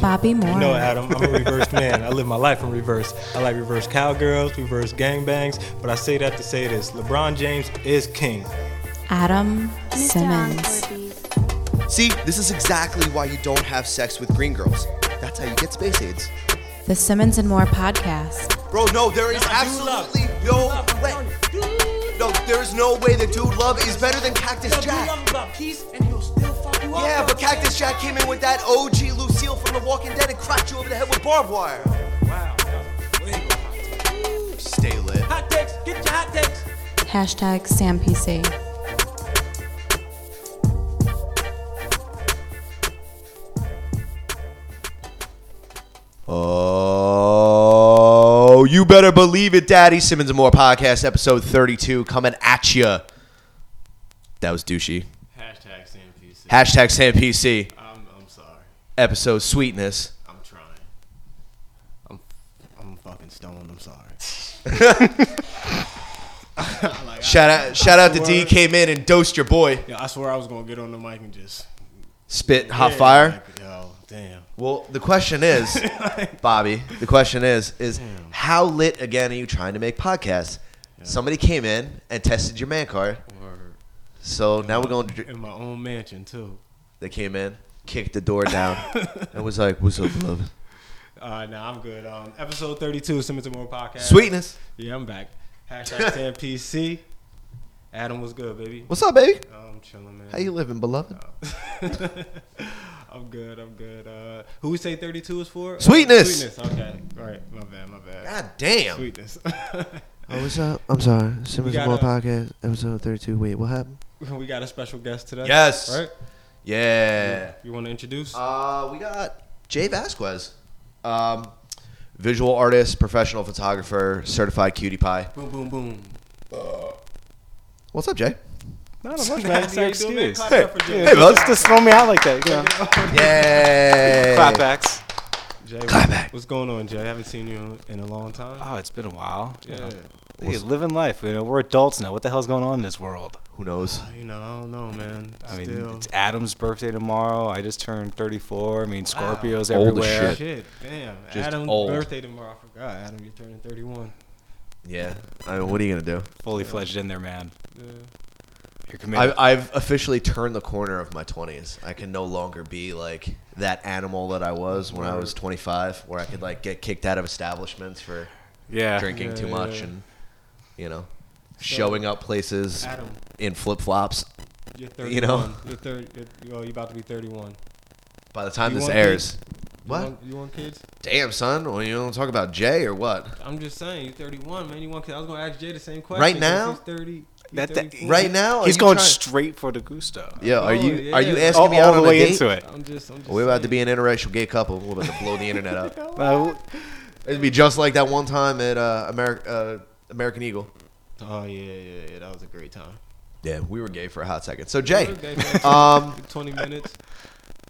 Bobby Moore. You know I had him. I'm a reverse man. I live my life in reverse. I like reverse cowgirls, reverse gangbangs, but I say that to say this LeBron James is king. Adam Mr. Simmons. Engleby. See, this is exactly why you don't have sex with green girls. That's how you get space aids. The Simmons and More podcast. Bro, no, there is Nah, dude love. absolutely Dude no love. I'm way. telling No, there is no way that dude love is better than Cactus Jack. Yeah, but Cactus Jack came in with that OG Lucille from The Walking Dead and cracked you over the head with barbed wire. Wow. Stay lit. Hot takes. Get your hot takes. Hashtag SamPC. Oh, you better believe it, Daddy Simmons and More podcast episode 32 coming at ya. That was douchey. Hashtag SamPC. Hashtag SamPC I'm, I'm sorry. episode sweetness. I'm trying. I'm I'm fucking stoned. I'm sorry. Shout out, shout out to D came in and dosed your boy. Yeah, I swear I was gonna get on the mic and just Spit hot Yeah, fire. Like, yo, damn. Well, the question is, Bobby. The question is, is how lit again are you trying to make podcasts? Somebody came in and tested your man card, Or so now we're going. to... in my own mansion too. They came in, kicked the door down, and was like, "What's up, love? Uh, nah, I'm good. Um, episode 32, Simmons and More podcast. Sweetness. Yeah, I'm back. Hashtag SamPC. Adam was good, baby. What's up, baby? I'm chilling, man. Uh, How you living, beloved? I'm good. I'm good. Uh, who we say 32 is for? Uh, Sweetness. sweetness. Okay. All right. My bad. My bad. God damn. Sweetness. Oh, what's up? I'm sorry. Simmons We and More got podcast, episode 32. Wait, what happened? we got a special guest today. Yes. Right? Yeah. You want to introduce? Uh, we got Jay Vasquez, um, visual artist, professional photographer, certified cutie pie. boom, boom, boom. What's up, Jay? Not So much, now man. I It's see Oh, your you doing that excuse. clap up for Jay. Hey, bud. Just to throw me out like that, you know. Yay! Clapbacks. Jay, Clap what- back. Uh, what's going on, Jay? I haven't seen you in a long time. Oh, it's been a while. you know. Yeah. Hey, living life. You know, we're adults now. What the hell's going on in this world? Who knows? You know, I don't know, man. I mean, Still. it's Adam's birthday tomorrow. I just turned 34. I mean, Scorpios Old as everywhere. shit. Shit, damn. Just Adam's old. birthday tomorrow. I forgot. Adam, you're turning 31. Yeah. I mean, what are you gonna do? Fully fledged in there, man. Yeah. You're committed. I've, I've officially turned the corner of my twenties. I can no longer be like that animal that I was when I was 25, where I could like get kicked out of establishments for yeah. drinking Yeah, too yeah, much yeah. and you know showing up places Adam, in flip flops. you're 31. You You know? are 30, you're, well, you're about to be 31. By the time You this want airs, You what? want- you want kids? Damn, son. Well, you don't talk about Jay or what? I'm just saying, you're 31, man. You want? Cause I was gonna ask Jay the same question. Right Since now? he's 30. he's That- that- 34. Right now, are He's Oh, you going trying- straight for the gusto. Yeah, Oh, are you yeah, are you yeah. asking All, me all out the on a way date? into it. I'm just. I'm just We're about to saying. be an interracial gay couple. We're about to blow the internet up. Uh, It'd be just like that one time at uh, Ameri- uh, American Eagle. Oh yeah, yeah, yeah. That was a great time. Yeah, we were gay for a hot second. So Jay, We were gay for a um, 20 minutes.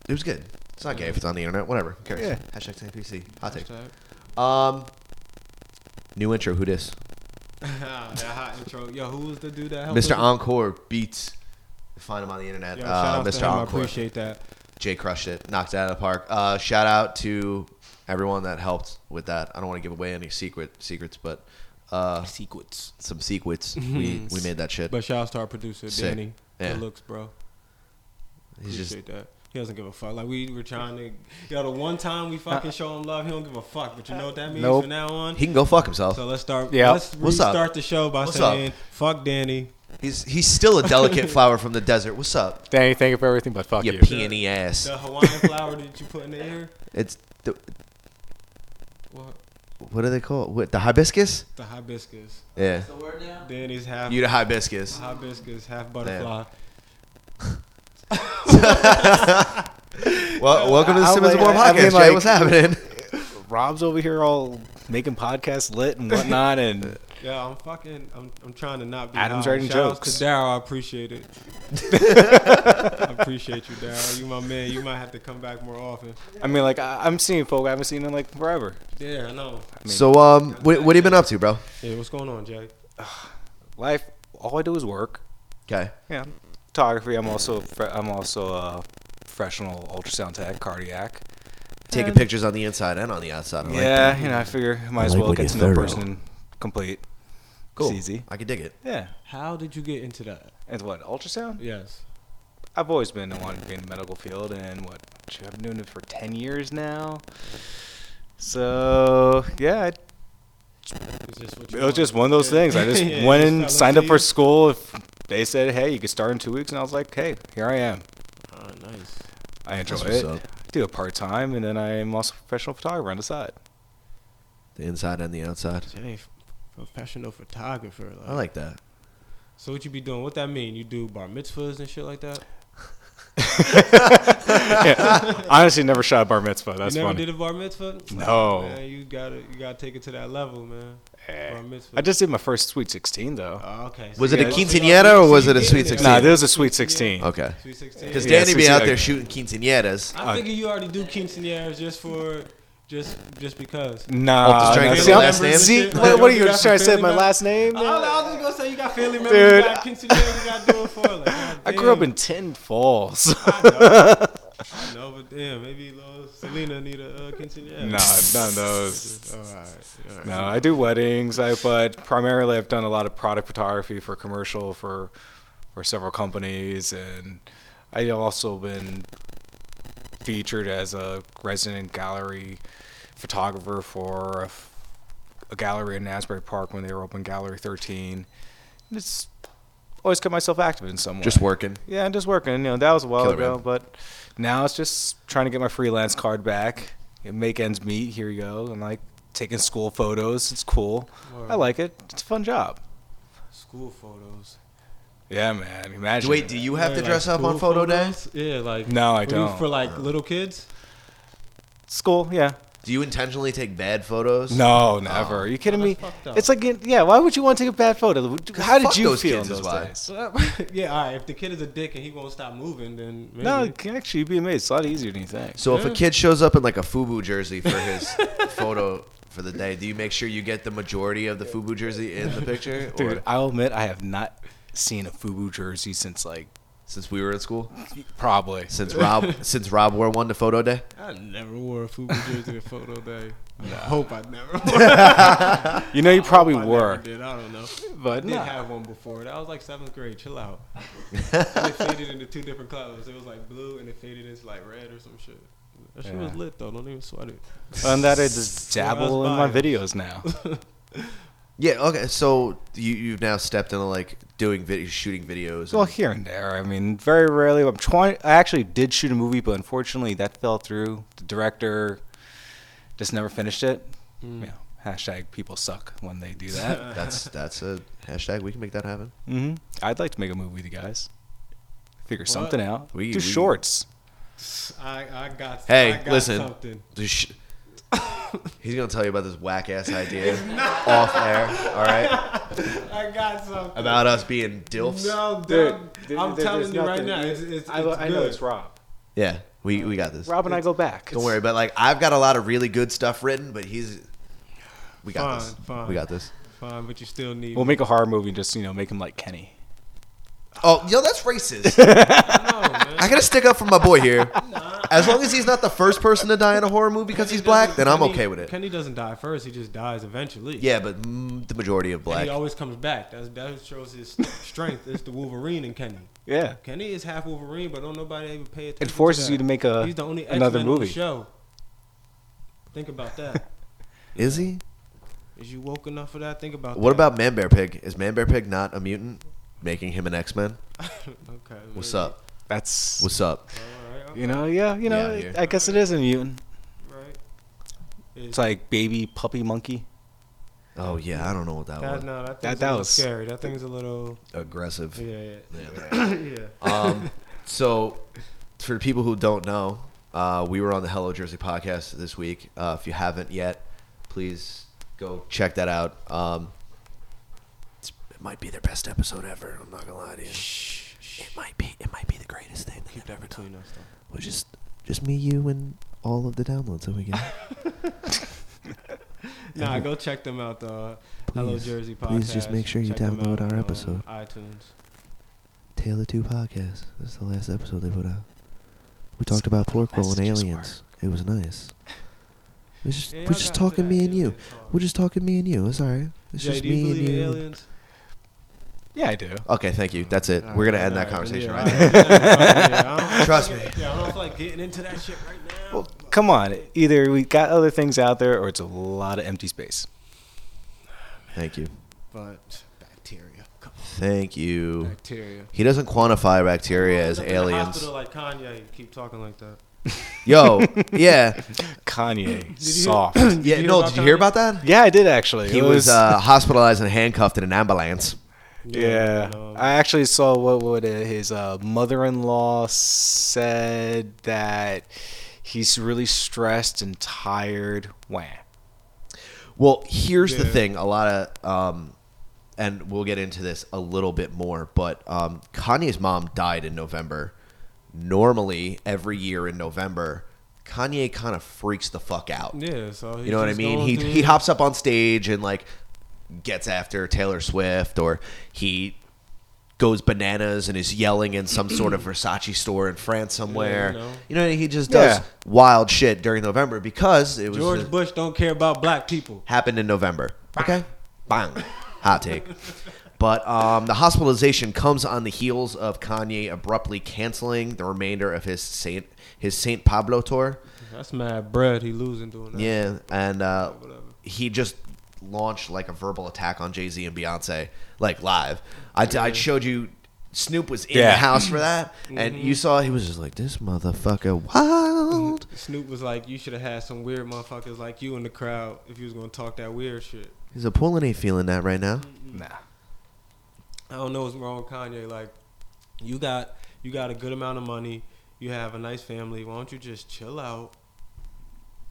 it was good. It's not gay if it's on the internet. Whatever. Who cares? Yeah. Hashtag SamPC. Hot take. Hashtag. Um, new intro. Who dis? Ah, that hot intro. Yo, who was the dude that helped? us? Mr. Encore beats. Find him on the internet. Yo, shout uh, out to Mr. him. I Encore. appreciate that. Jay crushed it. Knocked it out of the park. Uh, shout out to everyone that helped with that. I don't want to give away any secret secrets, but uh, Sequence. some secrets. Mhm. we we made that shit. But shout out to our producer Sick. Danny. Yeah. Good looks, bro. He's just appreciate that. He doesn't give a fuck. Like we were trying to. Yo, the one time Uh, we fucking show him love, he don't give a fuck. But you know what that means Nope. from now on. he can go fuck himself. So let's start. Yeah. Let's What's up? restart the show by What's up? saying, "Fuck Danny." He's he's still a delicate flower from the desert. What's up, Danny, thank you for everything, but fuck you you. peony ass? The Hawaiian flower that you put in the air. It's the, What? what are they called? What the hibiscus? The hibiscus. Yeah, Danny's half you the hibiscus. hibiscus, half butterfly. Well, welcome to the I- I Simmons and More like- I podcast, Jay. mean, like- What's happening? Rob's over here all making podcasts lit and whatnot, and Yeah, I'm fucking. I'm, I'm trying to not be. Adam's high. writing Shout outs jokes. to Daryl, I appreciate it. I appreciate you, Daryl. You my man. You might have to come back more often. I mean, like I, I'm seeing folk I haven't seen in like forever. Yeah, I know. So, um, what, what have you been up to, bro? Yeah, what's going on, Jay? Life, all I do is work. Okay, Yeah, photography. I'm also fre- I'm also a professional ultrasound tech, cardiac. Taking pictures on the inside and on the outside. I like uh, yeah, that. you know, I figure I might as like well when get you're to know a thorough. person complete. cool. It's easy. I could dig it. Yeah. How did you get into that? And what, ultrasound? Yes. I've always been wanting to be in the medical field, and what, shoot, I've been doing it for 10 years now. So, yeah, I- Is this what you it was want? just one of those Yeah. things. I just Yeah, you went just and fell signed into up for you? school. If they said, hey, you could start in two weeks, and I was like, hey, here I am. Oh, nice. I enjoy That's what's it. up. I do it part time, and then I am also a professional photographer on the side. The inside and the outside. Dang, f- professional photographer. Like. I like that. So what you be doing? What that mean? You do bar mitzvahs and shit like that? Honestly, never shot a bar mitzvah. That's you never funny. did a bar mitzvah? No. man, you gotta you gotta take it to that level, man. Eh. Bar mitzvah. I just did my first Sweet 16, though. Oh, okay. Was you it a got- so y'all- quinceañera or so was you it a getting Sweet there. 16? Nah, this was a Sweet 16. Okay, Sweet sixteen. because Yeah, Danny so be it's out like- there shooting quinceañeras. I'm thinking you already do quinceañeras just for just just because. Off Nah, the nah strength of see, the I'm- last name? see, Like, what, what are you you got trying to say? fulfilled My enough? last name? I, I was just gonna say you got family members. Dude, you got quinceañeras. You got to do it for. Like, God I grew up Oh, damn. in Tin Falls. I know, but damn, maybe little Selena need a uh, quinceañera. nah, none of those. All right, all right. No, I do weddings, I, but primarily I've done a lot of product photography for commercial for for several companies, and I also been featured as a resident gallery photographer for a, f- a gallery in Asbury Park when they were open Gallery 13. And it's always kept myself active in some way. Just working. Yeah, I'm just working. You know, that was a while Killer ago, man. but now it's just trying to get my freelance card back and make ends meet. Here you go. And like taking school photos. It's cool. I Word. like it. It's a fun job. School photos. Yeah, man. Imagine. Wait, do you have Yeah, to like dress up on school photo day? photos? Yeah, like No, I were you don't. For like little kids. school? Yeah. Do you intentionally take bad photos? No, never. Are you kidding Oh, me? that's fucked up. It's like, getting- yeah. Why would you want to take a bad photo? How did fuck you those feel kids in is those why. days? yeah, all right. If the kid is a dick and he won't stop moving, then maybe. No, it can actually, you'd be amazed. It's a lot easier than you think. So if a kid shows up in like a FUBU jersey for his photo for the day, do you make sure you get the majority of the FUBU jersey in the picture? Dude, or, I'll admit I have not seen a FUBU jersey since like since we were in school, probably. since Rob since Rob wore one to photo day. I never wore a FUBU jersey to photo day. I hope I never. Wore. it. You know, you probably I never were, Did I don't know. but I did no. have one before. That was like seventh grade. Chill out. and it faded into two different colors. It was like blue and it faded into like red or some shit. That shit was Yeah. lit though. Don't even sweat it. and that I just Where I was dabble in my buying. videos now. Yeah. Okay. So you you've now stepped into like doing video shooting videos. well, and- here and there. I mean, very rarely. I'm trying. I actually did shoot a movie, but unfortunately, that fell through. The director just never finished it. Hmm. Yeah. Hashtag people suck when they do that. that's that's a hashtag. We can make that happen. hmm I'd like to make a movie with you guys. Figure something out. We- do we- shorts. I I got. Hey, I got listen. Something. Dude, sh- He's gonna tell you about this whack ass idea off air. All right. I got something. About us being dilfs. No, Dude, dude. there- I'm there- telling there's you right nothing. now. It's, it's, I, it's I good. know it's Rob. Yeah. We we got this. Rob and I go back. Don't worry, but like I've got a lot of really good stuff written, but he's we got Fine, this. fine. We got this. Fine, but you still need. We'll make a horror movie and just you know make him like Kenny. Oh, yo, that's racist. no, man. I gotta stick up for my boy here. As long as he's not the first person to die in a horror movie because he's black, then I'm Kenny- okay with it. Kenny doesn't die first; he just dies eventually. Yeah, but mm, the majority of and black. he always comes back. That's, that shows his strength. It's the Wolverine in Kenny. Yeah. Kenny is half Wolverine, but don't nobody ever pay attention. It forces to you that. to make a He's the only X-Men another On the movie. show. Think about that. Is he? is you woke enough for that? Think about. What that. about Man Bear Pig? Is Man Bear Pig not a mutant? Making him an X Men? Okay. What's maybe. up? That's What's up? All right. You know, yeah, you know, Yeah, here. I guess it is a mutant. all right. It's like baby puppy monkey. Oh yeah, I don't know what that that. was. No, that, That- that, that that was was- scary. That thing's a little. Aggressive. Yeah. Yeah. Yeah. yeah. Um, so, for the people who don't know, uh, we were on the Hello Jersey podcast this week. Uh, if you haven't yet, please go check that out. Um, it's, it might be their best episode ever. I'm not gonna lie to you. It might be. It might be the greatest thing. Keep that between us. Though. Which is just me, you, and all of the downloads that we get. Nah, go check them out though. Hello Please, Jersey podcast. please just make sure you Check them out download our on episode. iTunes. Taylor Two podcast. That's the last episode they put out. We talked about pork roll and aliens It was nice. It was just, Yeah, we're y'all just got to talking that me and you. alien talk. We're just talking me and you. It's all right. It's Jay, just do you me and believe in you. aliens? Yeah, I do. Okay, thank you. That's it. We're gonna end that conversation right now. now. Trust me. Yeah, I don't feel like getting into that shit right now. Well, come on. Either we got other things out there, or it's a lot of empty space. Thank you. but bacteria. Come on. Thank you. Bacteria. He doesn't quantify bacteria as Up in the aliens. Hospital like Kanye. Keep talking like that. Yo, yeah, Kanye, you- soft. yeah. hear No, about did you hear Kanye? about that? yeah, I did actually. He It was uh, hospitalized and handcuffed in an ambulance. Yeah, no. I actually saw what what uh, his uh, mother-in-law said that he's really stressed and tired. Wah. Well, here's the Yeah. thing: a lot of, um, and we'll get into this a little bit more, but um, Kanye's mom died in November. Normally, every year in November, Kanye kind of freaks the fuck out. Yeah, so You know what I mean? He he hops up on stage and like gets after Taylor Swift, or he goes bananas and is yelling in some sort of Versace store in France somewhere. you know. you know, he just does Yeah. wild shit during November because it was George uh, Bush don't care about black people. happened in November. Okay, bang, hot take. But um, the hospitalization comes on the heels of Kanye abruptly canceling the remainder of his Saint his Saint Pablo tour. That's mad bread he losing doing that. Yeah, and uh, Whatever. he just launched like a verbal attack on Jay Z and Beyonce, like live. I, I showed you. Snoop was in the Yeah. house for that, and you saw he was just like this motherfucker wild. Snoop was like, you should have had some weird motherfuckers like you in the crowd if you was gonna talk that weird shit. He's a Poland ain't feeling that right now. Nah. I don't know what's wrong with Kanye. Like, you got you got a good amount of money. You have a nice family. Why don't you just chill out,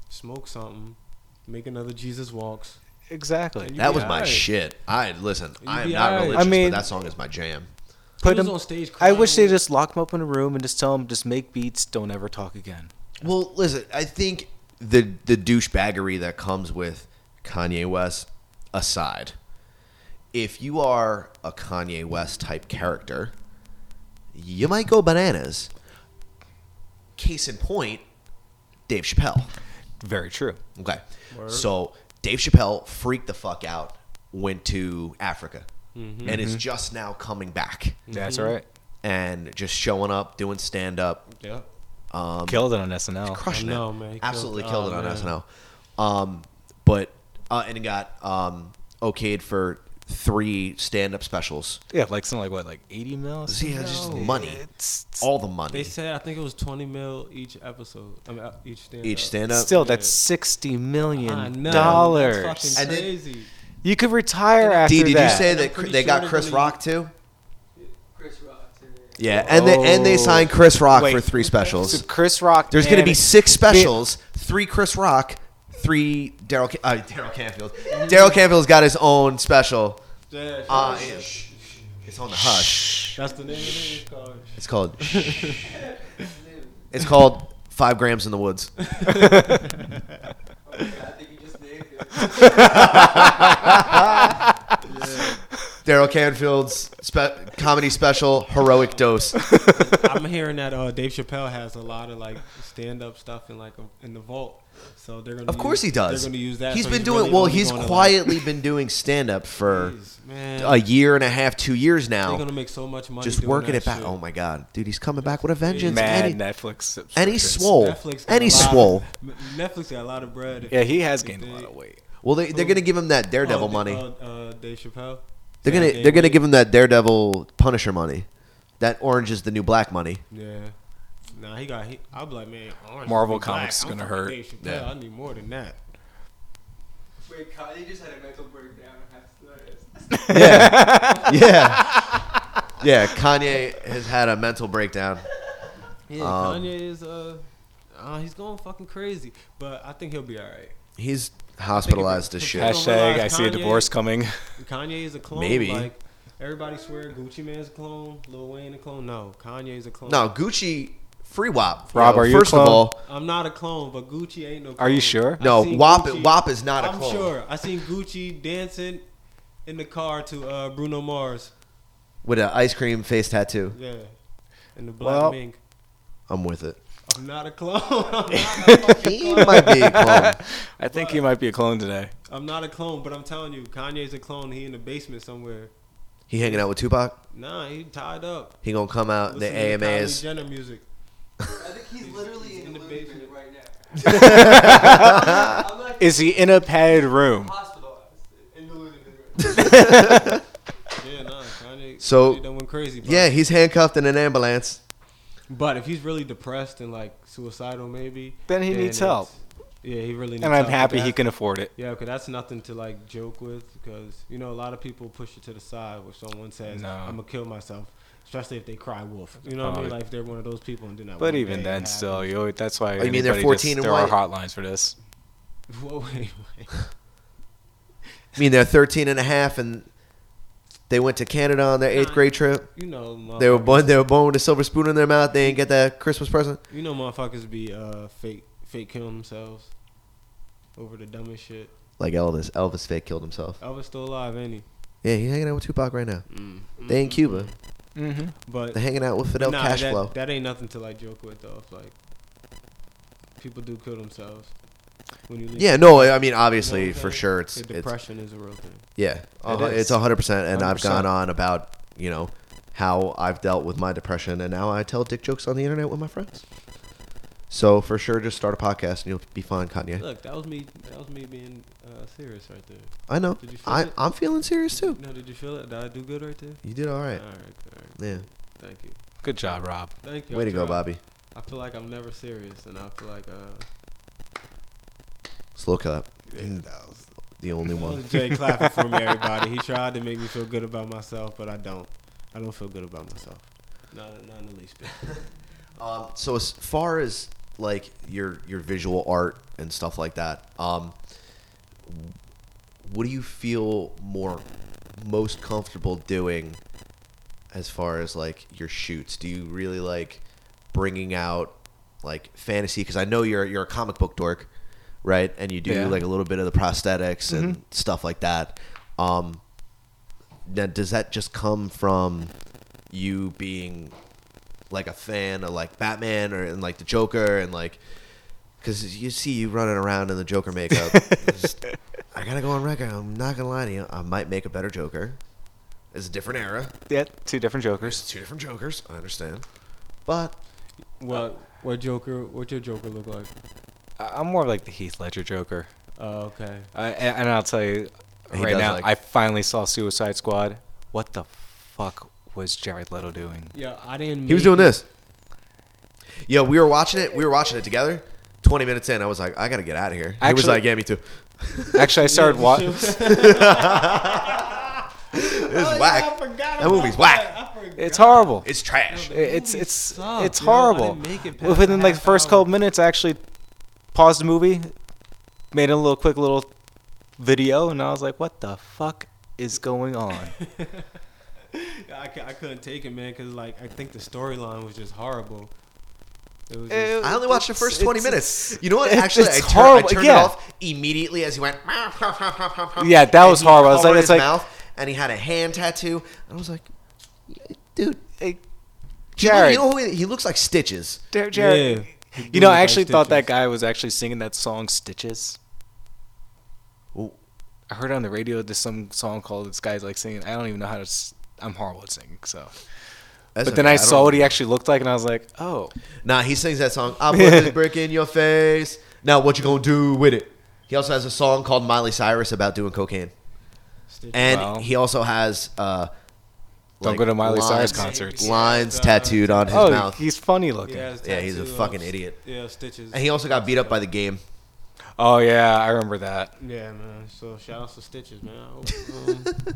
smoke something, make another Jesus walks? Exactly. You That be was my alright. shit. I listen. You I am be not alright. religious, I mean- but that song is my jam. Put was him on stage I wish they crying. just lock him up in a room and just tell him just make beats, don't ever talk again. Well, listen. I think the the douchebaggery that comes with Kanye West aside, if you are a Kanye West type character, you might go bananas. Case in point, Dave Chappelle. Very true. Okay. So Dave Chappelle freaked the fuck out, went to Africa, Mm-hmm. and is just now coming back Mm-hmm. That's right. and just showing up, doing stand up. Yeah. Killed it on SNL. crushing I know, it. man. He killed Absolutely it. killed it, Oh, man. on SNL. Um, but uh, and it got um, okayed for three stand-up specials. Yeah, like something like what, like eighty mils? See, it's just money, It's, it's all the money. They said I think it was twenty mil each episode. I mean, uh, each stand. each stand-up. still that's sixty million dollars. dollars. And then- crazy. You could retire after D, did that. you say that I'm cr- pretty they sure got they're Chris gonna Rock too? Chris Rock. Yeah, and they and they signed Chris Rock for Wait. three specials. So Chris Rock. There's going to and- be six specials: three Chris Rock, three Daryl Ca- uh, Daryl Canfield. Daryl Canfield's got his own special. Yeah, Uh, it's on the hush. that's the name of it. It's called. It's called. it's called Five Grams in the Woods. Daryl Canfield's spe- comedy special, Heroic Dose. I'm hearing that uh, Dave Chappelle has a lot of like stand-up stuff in like a, in the vault, so they're gonna. Of course use, he does. They're gonna use that. He's so been doing really well. only He's gonna, like, quietly been doing stand up for Jeez, man, a year and a half, two years they're now. gonna make so much money. Just doing working that it back. shit. Oh my god, dude, he's coming back with a vengeance. mad and he, Netflix. and he subscriptions. swole. Netflix got and a he's lot of- swole. M- Netflix got a lot of bread. Yeah, he has gained a lot of weight. Well, they, they're gonna give him that Oh, daredevil D- money. Uh, uh, Dave Chappelle. They're gonna they're gonna give him that Daredevil Punisher money, that Orange is the New Black money. Yeah. Nah, he got. He, I'll be like, man, Orange Marvel is black. Comics is I'm gonna fucking hurt. Dave Chappelle. Yeah. I need more than that. Wait, Kylie just had a mental breakdown after this. Yeah, yeah. Kanye has had a mental breakdown. Yeah, Um, Kanye is. Uh, uh, he's going fucking crazy, but I think he'll be all right. He's hospitalized as I shit. don't realize Hashtag I see a Kanye- divorce coming. Kanye is a clone. Maybe. Like, everybody swear Gucci Man's a clone, Lil Wayne a clone. No, Kanye's a clone. No, Gucci free WAP. Rob, are you a First of clone? all, I'm not a clone, but Gucci ain't no. clone. Are you sure? I no. seen WAP Gucci- WAP is not a I'm clone. sure. I seen Gucci dancing in the car to uh, Bruno Mars. With an ice cream face tattoo, Yeah, in the black Well- mink. I'm with it. I'm not a clone. I'm not, he might be a clone. I think he might be a clone today. I'm not a clone, but I'm telling you, Kanye's a clone. He in the basement somewhere. He hanging out with Tupac. Nah, he tied up. He gonna come out in the Listening to Kylie AMAs. Jenner music. I think he's literally in, in the the basement basement. right now. I'm like Is he in a padded room? hospitalized in the living room. Yeah, nah, Kanye. So- Kanye done went crazy. bro. Yeah, he's handcuffed in an ambulance. But if he's really depressed and like suicidal, maybe Then he needs help. it's- Yeah, he really. needs And I'm help, happy but he that- can afford it. Yeah, because that's nothing to like joke with. Because you know, a lot of people push it to the side when someone says, No. "I'm gonna kill myself," especially if they cry wolf. You know what I Oh, mean? it- Like if they're one of those people and do not. But even then, still, you, always- that's why. Oh, you mean they're anybody 14 just, and There are white? hotlines for this. Whoa, wait, wait. I mean, they're 13 and a half, and they went to Canada on their eighth grade trip. You know, They were motherfuckers- born. They were born with a silver spoon in their mouth. They didn't get that Christmas present. You know, motherfuckers be uh fake fake killing themselves over the dumbest shit. Like Elvis. Elvis fake killed himself. Elvis still alive, ain't he? Yeah, he's hanging out with Tupac right now. Mm. They in Cuba. Mm-hmm. But They're hanging out with Fidel Mm. Nah, that, Cashflow. that ain't nothing to like joke with though. If, like people do kill themselves when you leave. yeah, You no, I mean, obviously, know what I'm for saying? sure, it's, The it's depression is a real thing. Yeah, a hun- is. it's hundred percent. And i have 100%. gone on about you know how I've dealt with my depression, and now I tell dick jokes on the internet with my friends. So for sure, just start a podcast and you'll be fine, Kanye. Look, that was me. That was me being uh, serious right there. I know. Did you feel I it? I'm feeling serious too. No, did you feel it? Did I do good right there? You did all right. All right, all right. Yeah. Thank you. Good job, Rob. Thank you. Way I to go, tried. Bobby. I feel like I'm never serious, and I feel like uh, Slow clap. The only one. Jay clapping for me. Everybody, he tried to make me feel good about myself, but I don't. I don't feel good about myself. Not, not in the least bit. Um, so as far as like your your visual art and stuff like that, um, what do you feel more most comfortable doing as far as like your shoots? Do you really like bringing out like fantasy? Because I know you're you're a comic book dork, right? And you do Yeah. like a little bit of the prosthetics and stuff like that. Um, now, does that just come from you being like a fan of like Batman or and like the Joker and like because you see you running around in the Joker makeup? Just- I gotta go on record. I'm not gonna lie to you. I might make a better Joker. It's a different era. Yeah, two different There's Jokers. two different Jokers. I understand, but What? What Joker? What your Joker look like? I- I'm more like the Heath Ledger Joker. Oh, okay. I and, and I'll tell you He right does now, like- I finally saw Suicide Squad. What the fuck was Jared Leto doing? Yeah, I didn't. he was make doing it. this. Yeah, we were watching it. We were watching it together. Twenty minutes in, I was like, I gotta get out of here. he was Actually- like, Yeah, me too. Actually, I started watching. This is whack. That movie's whack. It's horrible. It's trash. It's movie it's sucked, it's yo. I didn't horrible. make it past Within the like the half first hour. couple minutes, I actually paused the movie, made a little quick little video, and I was like, "What the fuck is going on?" I, cou- I couldn't take it, man, because like I think the storyline was just horrible. It was just, It- I only watched the it's- first 20 it's- minutes. it's- You know what? it's- Actually, I, it's tur- horrible. I turned Yeah. it off immediately as he went. Yeah, that was and he horrible. I was like- covered it's his like- mouth, and he had a hand tattoo. And I was like, dude, Hey, he look- Jared, you know who he, he looks like Stitches. Dar- Jared. Yeah. You know, I actually thought that guy was actually singing that song "Stitches." Ooh. I heard on the radio there's some song called "This guy's like singing." I don't even know how to. S- I'm horrible at singing, so. That's but then okay. I don't saw what he know. actually looked like, and I was like, "Oh, Nah, he sings that song. I put this brick in your face. Now what you gonna do with it? He also has a song called Miley Cyrus about doing cocaine, and Wow. he also has. Uh, Don't go to Miley Cyrus concerts. Lines tattooed on his oh, mouth. he's funny looking." Yeah, he's a fucking idiot. Yeah, stitches. And he also got beat up by the game. Oh yeah, I remember that. yeah, man. So shout outs to stitches, man. I hope, um,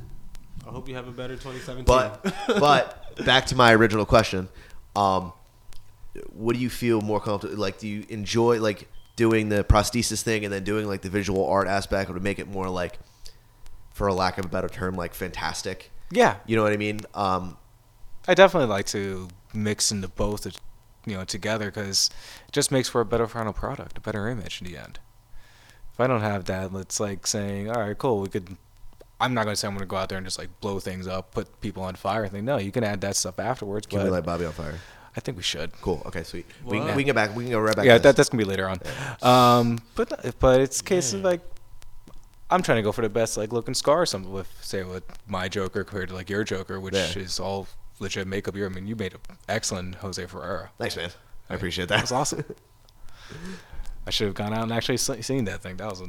I hope you have a better 2017. But but back to my original question. Um, what do you feel more comfortable? Like, do you enjoy like doing the prosthesis thing and then doing like the visual art aspect, or to make it more like, for a lack of a better term, like fantastic? Yeah, You know what I mean? Um, I definitely like to mix into both, uh, you know, together because it just makes for a better final product, a better image in the end. If I don't have that, it's like saying, all right, cool, we could. I'm not gonna say I'm gonna go out there and just like blow things up, put people on fire. and think no, you can add that stuff afterwards. can but we light Bobby on fire? I think we should. Cool. Okay, sweet. We can, we can get back. We can go right back. yeah, to this. that, that's gonna be later on. Um, but but it's case of like, I'm trying to go for the best like looking scar. Some with say with my Joker compared to like your Joker, which Yeah. is all legit makeup. You, I mean, you made an excellent Jose Ferreira. Thanks, man. I appreciate that. That was awesome. I should have gone out and actually se- seen that thing. That was a,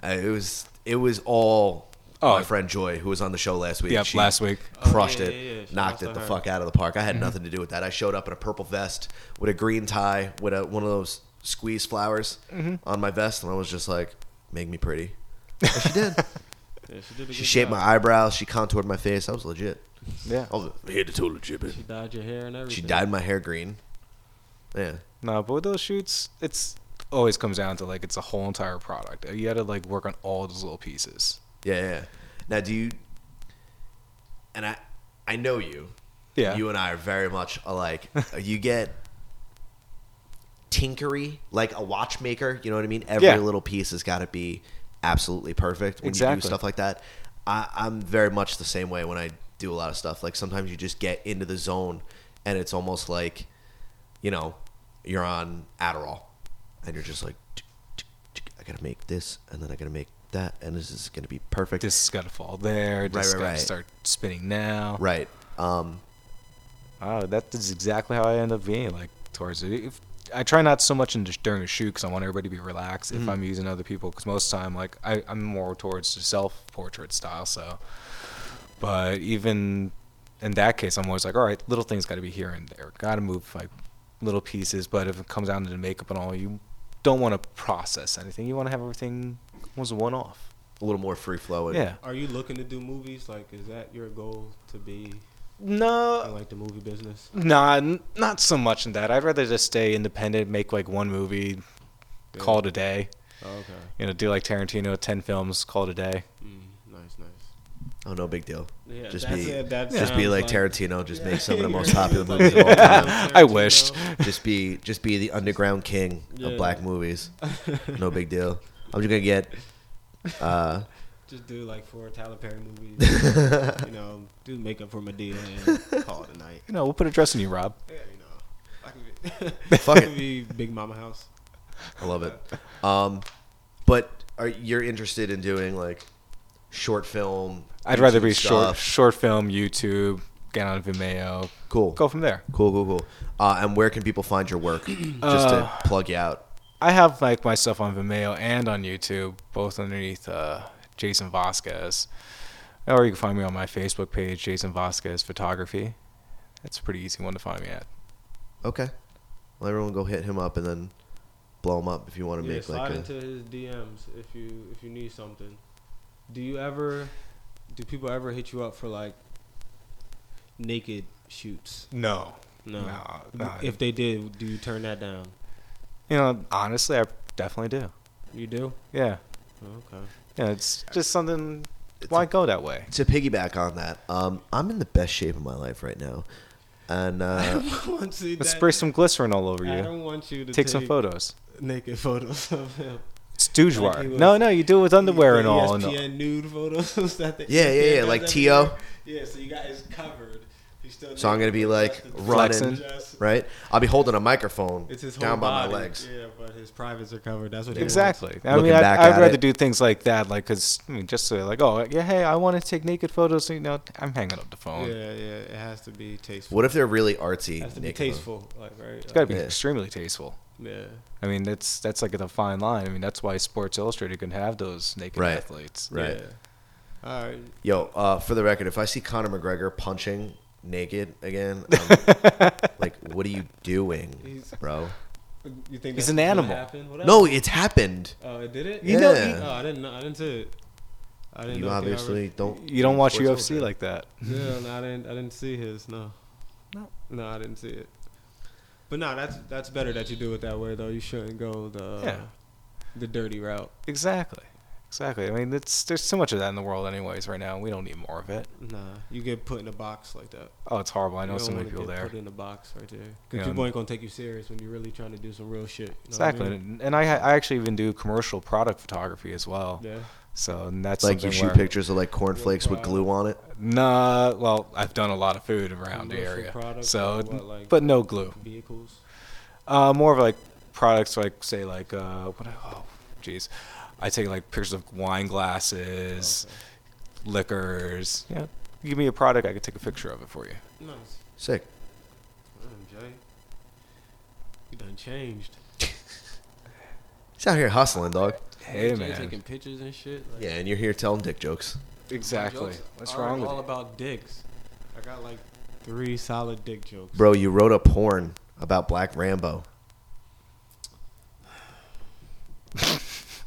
Uh, it was it was all Oh. my friend Joy, who was on the show last week. Yep, She last week. crushed Oh, yeah, it, yeah, yeah. Shout out knocked to it the her. Mm-hmm. fuck out of the park. I had nothing to do with that. I showed up in a purple vest with a green tie with a, one of those squeeze flowers Mm-hmm. on my vest, and I was just like, "Make me pretty." And she did. Yeah, she did a she good shaped job. my eyebrows. She contoured my face. I was legit. yeah. I was head to toe legit. man. She dyed your hair and everything. She dyed my hair green. Yeah. No, but with those shoots, it's always comes down to like it's a whole entire product. You got to like work on all those little pieces. Yeah, yeah. Now, do you? And I, I know you. Yeah. You and I are very much alike. you get tinkery, like a watchmaker. You know what I mean? Every Yeah. little piece has got to be absolutely perfect when you do Exactly. stuff like that. I, I'm very much the same way when I do a lot of stuff. Like sometimes you just get into the zone, and it's almost like, you know, you're on Adderall, and you're just like. "Tick, tick, tick, I gotta make this, and then I gotta make that, and this is gonna be perfect. This has got to fall there. This has right, got right. to start spinning now. Right. Um, Oh, that is exactly how I end up being like towards it. If, I try not so much in the, during the shoot because I want everybody to be relaxed. If I'm using other people, because most of the time, like I, I'm more towards the self-portrait style. So, but even in that case, I'm always like, all right, little things got to be here and there. Got to move like little pieces. But if it comes down to the makeup and all, you don't want to process anything. You want to have everything was one-off. a little more free flowing. Yeah. Are you looking to do movies? Like, is that your goal to be No, in like the movie business? Nah, n- not so much in that. I'd rather just stay independent, make like one movie, call it a day. Oh, okay. You know, do like Tarantino, ten films, call it a day. Mm, nice, nice. Oh, no big deal. Yeah, just that's be, it, that just be sounds like, like- Tarantino. Just make some of the Yeah. most popular movies of all time. I wished. just be, just be the underground king of Yeah. black movies. No big deal. I'm just gonna get. Uh, Just do like four Tyler Perry movies. you know, do makeup for Medea and call it a night. You know, we'll put a dress in you, Rob. Yeah, you know, I could be, Fuck I could it. be Big Mama House. I love it. Um, but are you're interested in doing like short film? I'd rather YouTube be short, stuff? short film, YouTube, get on Vimeo, Cool. go from there. Cool. Cool. Cool. Uh, and where can people find your work? Just Uh, to plug you out. I have like my stuff on Vimeo and on YouTube, both underneath uh, Jason Vasquez. Or you can find me on my Facebook page, Jason Vasquez Photography. That's a pretty easy one to find me at. Okay. Well, everyone go hit him up and then blow him up if you want to Yeah, make slide like a. into his DMs if you if you need something. Do you ever? Do people ever hit you up for like naked shoots? No. No. No, no. If they did, do you turn that down? You know, honestly, I definitely do. You do. Oh, Yeah. Okay. Yeah, it's Uh, just something. Why go that way? To piggyback on that, um, I'm in the best shape of my life right now, and uh, want to Let's spray some glycerin all over I you. don't want you to Take some photos. naked photos of him. It's dougeoir. he was- no, no, you do it with underwear The E and all. and all. ESPN nude photos. that they- Yeah, yeah, ESPN yeah, does like every T.O.. year. Yeah, so you got is covered. He's still so I'm naked, gonna be but like just- running, just- right? I'll be holding a microphone It's his whole down by body. my legs. Yeah, but his privates are covered. That's what he wants. Exactly. I Looking mean, I'd, back I'd at rather it. do things like that, like, cause I mean, just so like, oh, yeah, hey, I want to take naked photos. You know, I'm hanging up the phone. Yeah, yeah. It has to be tasteful. What if they're really artsy? It has to be naked photos? tasteful, like right. It's got to be Yeah. extremely tasteful. yeah. I mean, that's that's like a fine line. I mean, that's why Sports Illustrated can have those naked Right. athletes. Right. Yeah. All right. Yo, uh, for the record, if I see Conor McGregor punching naked again, I'm like, what are you doing, He's- bro? You think He's that's an what animal. happened? What No, else? it's happened. Oh, it did it. You know- Yeah. Oh, I didn't. know- I didn't see it. I didn't. You know if they obviously already- don't. You don't watch Sports UFC Illustrated. like that. Yeah, no, I didn't. I didn't see his. No. No. No, I didn't see it. But no, that's that's better that you do it that way though. You shouldn't go the Yeah. the dirty route. Exactly. Exactly. I mean, it's there's so much of that in the world, anyways. Right now, we don't need more of it. Nah, you get put in a box like that. Oh, it's horrible. I know you so many wanna people get there. Put in a box right there. 'Cause Yeah. people ain't gonna take you serious when you're really trying to do some real shit. you know what I Exactly. mean? And I, I actually even do commercial product photography as well. Yeah. So and that's Like you something shoot where- pictures of like cornflakes with glue on it. Nah, well, I've done a lot of food around the Commercial area, products so or what, like- but no glue. Vehicles. Uh, more of like products like say like uh, what? Oh, jeez, I take like pictures of wine glasses, liquors. Yeah, you give me a product, I could take a picture of it for you. Nice. Sick. Damn, Jay. You done changed. He's out here hustling, dog. Hey Jay man, Taking pictures and shit. Like, Yeah, and you're here telling dick jokes. exactly. jokes What's are wrong with all you? about dicks. I got like three solid dick jokes. Bro, you wrote a porn about Black Rambo.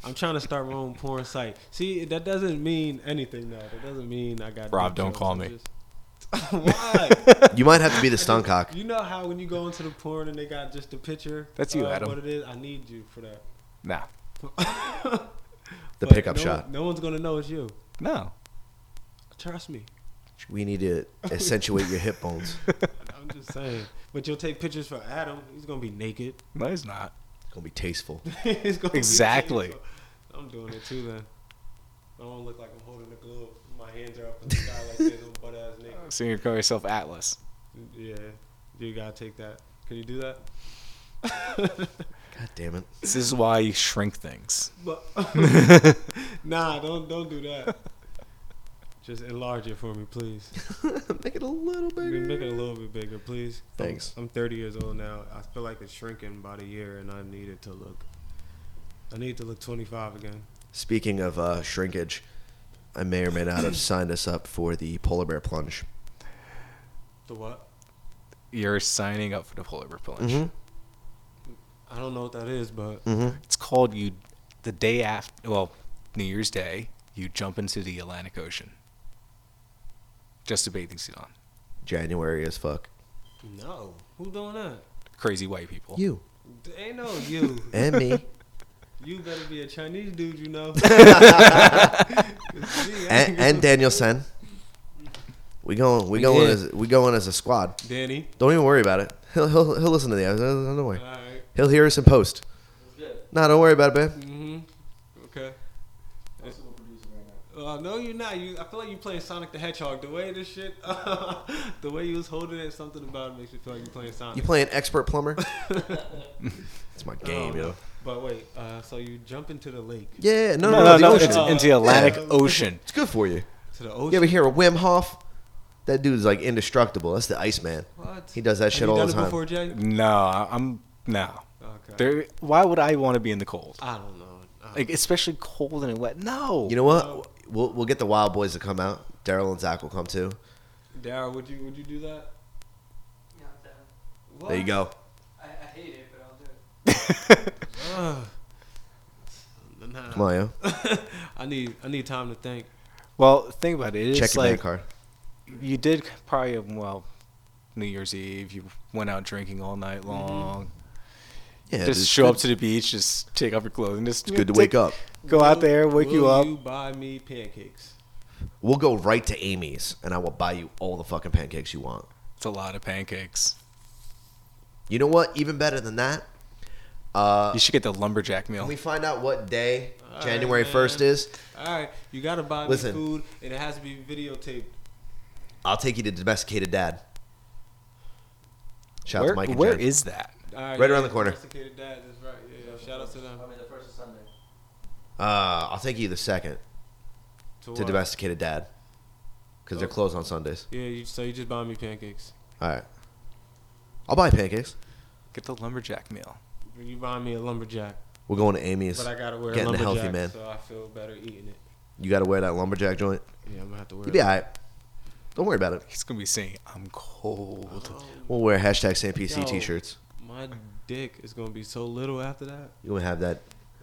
I'm trying to start my own porn site. See, that doesn't mean anything though. That doesn't mean I got. Rob, dick don't jokes. call I'm me. just- Why? You might have to be the stunt cock. You know how when you go into the porn and they got just the picture. That's you, of Adam. What it is? I need you for that. Nah, The But pickup no, shot. No one's gonna know it's you. no. Trust me. We need to accentuate your hip bones. I'm just saying. But you'll take pictures for Adam. He's gonna be naked. No, he's not. It's gonna be tasteful. It's gonna be Exactly. painful. I'm doing it too then. I don't look like I'm holding the globe. My hands are up in the sky like this. I'm butt ass naked. So you call yourself Atlas. Yeah, you gotta take that. Can you do that? God damn it. This is why you shrink things. But nah, don't don't do that. Just enlarge it for me, please. Make it a little You can Make bigger. it a little bit bigger, please. I'm- Thanks. I'm 30 years old now. I feel like it's shrinking by the year, and I need it to look. I need to look 25 again. Speaking of uh, shrinkage, I may or may not have signed us up for the polar bear plunge. The what? You're signing up for the polar bear plunge. Mm-hmm. I don't know what that is, but It's called you the day after, well, New Year's Day, you jump into the Atlantic Ocean. Just a bathing suit on. January as fuck. no. Who doing that? Crazy white people. You D- Ain't no you. and me You better be a Chinese dude, you know. and, and Danielson. We going. We going. As, we going as a squad. Danny. Don't even worry about it. He'll he'll, he'll listen to the episode. Don't worry. All right. He'll hear us in post. Good. Nah, don't worry about it, man. Mhm. Okay. I'm super producing right now. Uh, no, you're not. You. I feel like you playing Sonic the Hedgehog. The way this shit, the way you was holding it, something about it makes me feel like you playing Sonic. You play an expert plumber? it's my game, Oh, yo. But wait. Uh, so you jump into the lake, Yeah, no, No, no, no, the it's ocean. into the Atlantic Yeah. Ocean. It's good for you. to the You ocean. ever hear of Wim Hof? That dude's like indestructible. That's the Iceman. what? He does that shit Have you all done the time. It before, Jay? No, I'm, no. Okay. There, why would I want to be in the cold? I don't know. Uh, I Like, especially cold and wet. No. You know what? We'll, we'll get the Wild Boys to come out. Daryl and Zach will come too. Dara, would you would you do that? Not that. What? There you go. I, I hate it, but I'll do it. Ugh. Nah. Come on, yo. I need I need time to think. well, think about it. It's Check your like, man card. you did probably well New Year's Eve. You went out drinking all night Mm-hmm. long. Yeah, just dude, show up it's to the beach. Just take off your clothing. Just Good to wake up. Go out there, wake Will you up. You buy me pancakes. We'll go right to Amy's, and I will buy you all the fucking pancakes you want. It's a lot of pancakes. You know what? Even better than that, uh, You should get the lumberjack can meal. we find out what day All January right, 1st man. is? All right, you gotta buy Listen. me food, and it has to be videotaped. I'll take you to Domesticated Dad. Shout out Where, to Mike and where Jen. is that? All right, Right around the corner. Domesticated dad, that's right. Yeah, shout out to them. I mean, the first is Sunday. Uh, I'll take you the second to what? Domesticated Dad because Oh. they're closed on Sundays. Yeah, you, so you just buy me pancakes. All right. I'll buy pancakes. Get the lumberjack meal. You buy me a lumberjack, We're going to Amy's. but I gotta wear Getting a a lumberjack, healthy man. so I feel better eating it. You got to wear that lumberjack joint. Yeah, I'm gonna have to wear. You'll it. be all right. Don't worry about it. He's gonna be saying, "I'm cold." We'll wear hashtag SamPC Yo. t-shirts. Oh, My dick is gonna be so little after that. You're going to have that.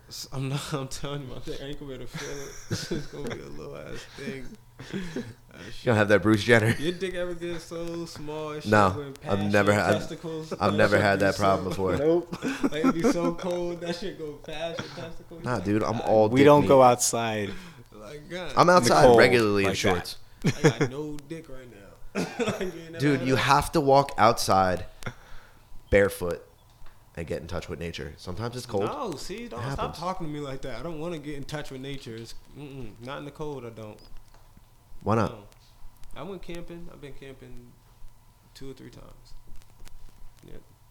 S- I'm not. I'm telling you, my dick ain't gonna be able to feel it. it's gonna be a little ass thing. Uh, You're going to have that Bruce Jenner. Your dick ever get so small? And shit No, where it I've pass never your had- testicles? I've never shit had be that problem so- before. Nope. like it'd be so cold that shit go past your testicles. Nah, dude, I'm all We dick don't meat. go outside. Like God, I'm outside cold regularly in like that. shorts. I got no dick right now. Like, ain't never Dude, had you that. have to walk outside barefoot and get in touch with nature. Sometimes it's cold. No, see, don't stop happens. talking to me like that. I don't want to get in touch with nature. It's mm-mm, not in the cold. I don't. Why not? No. I went camping. I've been camping two or three times.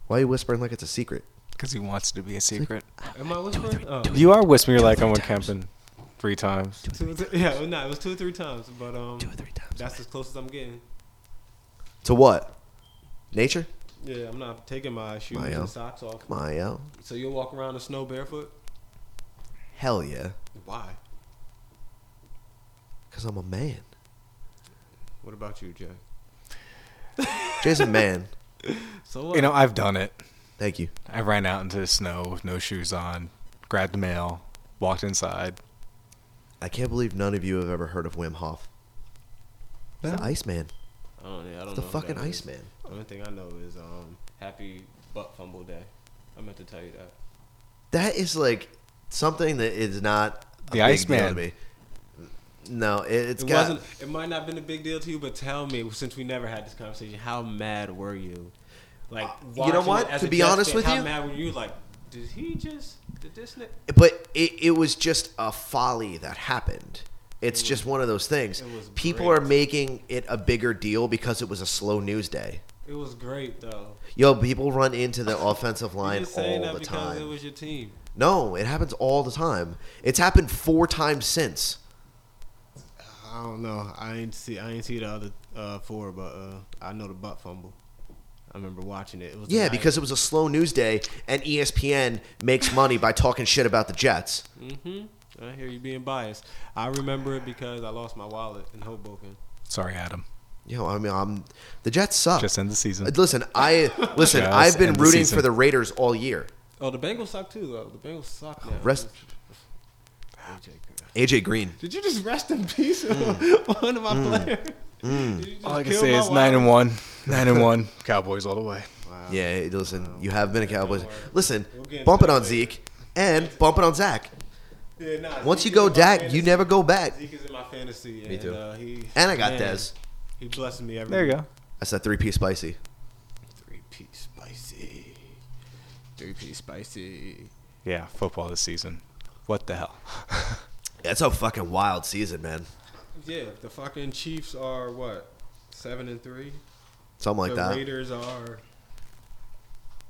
Why are you whispering like it's a secret? Because he wants it to be a secret. Ah, Am I whispering? Oh, two, You are whispering like I went camping three times. or three- yeah, well, nah, it was two or three times, but um, two or three times. That's as close as I'm getting. To what? Nature? Yeah, I'm not taking my shoes My, uh, and socks off. Come on, yo. So you'll walk around in snow barefoot? Hell yeah. Why? Because I'm a man. What about you, Jay? Jay's a man. So what? You know, I've done it. Thank you. I ran out into the snow with no shoes on, grabbed the mail, walked inside. I can't believe none of you have ever heard of Wim Hof. He's the Iceman. I don't, yeah, I don't The know who that fucking is. Iceman. The only thing I know is um, Happy Butt Fumble Day. I meant to tell you that. That is like something that is not a The big Iceman. deal to me. No, it, it's It got. wasn't. It might not have been a big deal to you, but tell me, since we never had this conversation, how mad were you? Like, Uh, you know watching what? it as To a be Jets honest fan, with how you- mad were you? Like, did he just? Did this? Nick? but it, it was just a folly that happened. It's just one of those things. it was People great. are making it a bigger deal because it was a slow news day. It was great though. Yo, people run into the offensive You're line just saying all that the because time. it was your team. no, it happens all the time. It's happened four times since. I don't know. I ain't see. I ain't see the other uh, four, but uh, I know the butt fumble. I remember watching it. it was Yeah, nice. because it was a slow news day, and E ESPN makes money by talking shit about the Jets. hmm I hear you being biased. I remember it because I lost my wallet in Hoboken. Sorry, Adam. You know, I mean, I'm, the Jets suck. Just end the season. Listen, I listen. Just I've been end the rooting season. for the Raiders all year. Oh, the Bengals suck too, though. The Bengals suck now. Rest- AJ Green. Did you just rest in peace Mm. one of my players? Did you just All I can kill say my is wife? nine and one, nine and one. Cowboys all the way. Yeah, hey, listen. You have been a Cowboys. worry. Listen, We'll get bump into it that on later. Zeke and bump it on Zach. Yeah, nah, Once you Zeke go is in my Dak, fantasy. you never go back. Zeke is in my fantasy. And, too. Uh, he, And I got man, Dez. He blesses me every There you go. That's that three piece spicy. Three piece spicy. Three piece spicy. Yeah, football this season. What the hell? That's a fucking wild season, man. Yeah, the fucking Chiefs are what seven and three. Something like the that. Raiders are. Are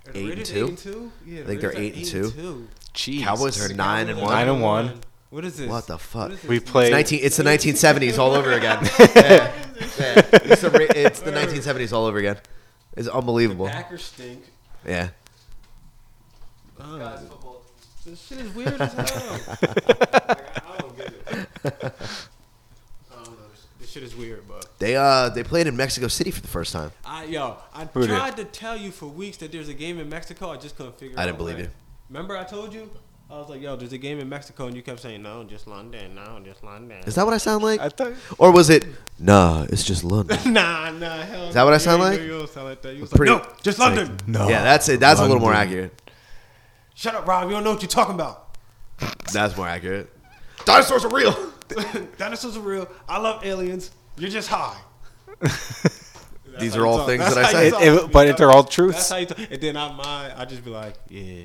the Eight and Raiders two? Eight and two. Yeah, the I think they're Raiders are eight and two. Jeez. Cowboys are nine and one. Nine and one. What is this? What the fuck? What is this? We played. It's nineteen. It's the nineteen seventies all over again. Yeah. Yeah. It's the ra- it's the nineteen seventies all over again. It's unbelievable. Packers stink. Yeah. Uh, Guys, football. this shit is weird as hell. Like, I don't get it. I don't know. This- This shit is weird, but They uh they played in Mexico City for the first time. I yo, I Who did? tried to tell you for weeks that there's a game in Mexico. I just couldn't figure. I out didn't believe when. you. Remember, I told you. I was like, yo, there's a game in Mexico, and you kept saying, no, just London, no, just London. Is that what I sound like? I thought Or was it? Nah, it's just London. nah, nah, hell. Is that what I sound like? You don't sound like that. You was pretty- like, no, just London. no. yeah, that's it. That's a little more London. accurate. Shut up, Rob. You don't know what you're talking about. That's more accurate. Dinosaurs are real. Dinosaurs are real. I love aliens. You're just high. These are all things that I say. It- it- but they're all truths. That's how you. Talk. And then I mind. I just be like, yeah,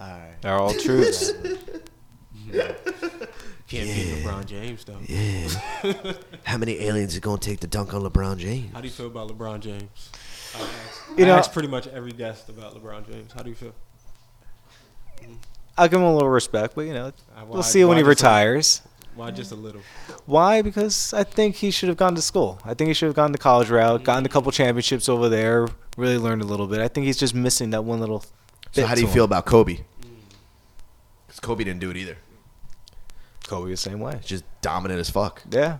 all right. They're all truths. Can't beat LeBron James though. How many aliens is gonna take to dunk on LeBron James? How do you feel about LeBron James? I ask, You I know- ask pretty much every guest about LeBron James. How do you feel? I'll give him a little respect, but you know, I- we'll I- see when he Uh, why just a- retires. Why just a little? Why? Because I think he should have gone to school. I think he should have gone the college route, gotten a couple championships over there, really learned a little bit. I think he's just missing that one little. So bit how do you to feel him. about Kobe? Because Kobe didn't do it either. Kobe the same way? Just dominant as fuck. Yeah,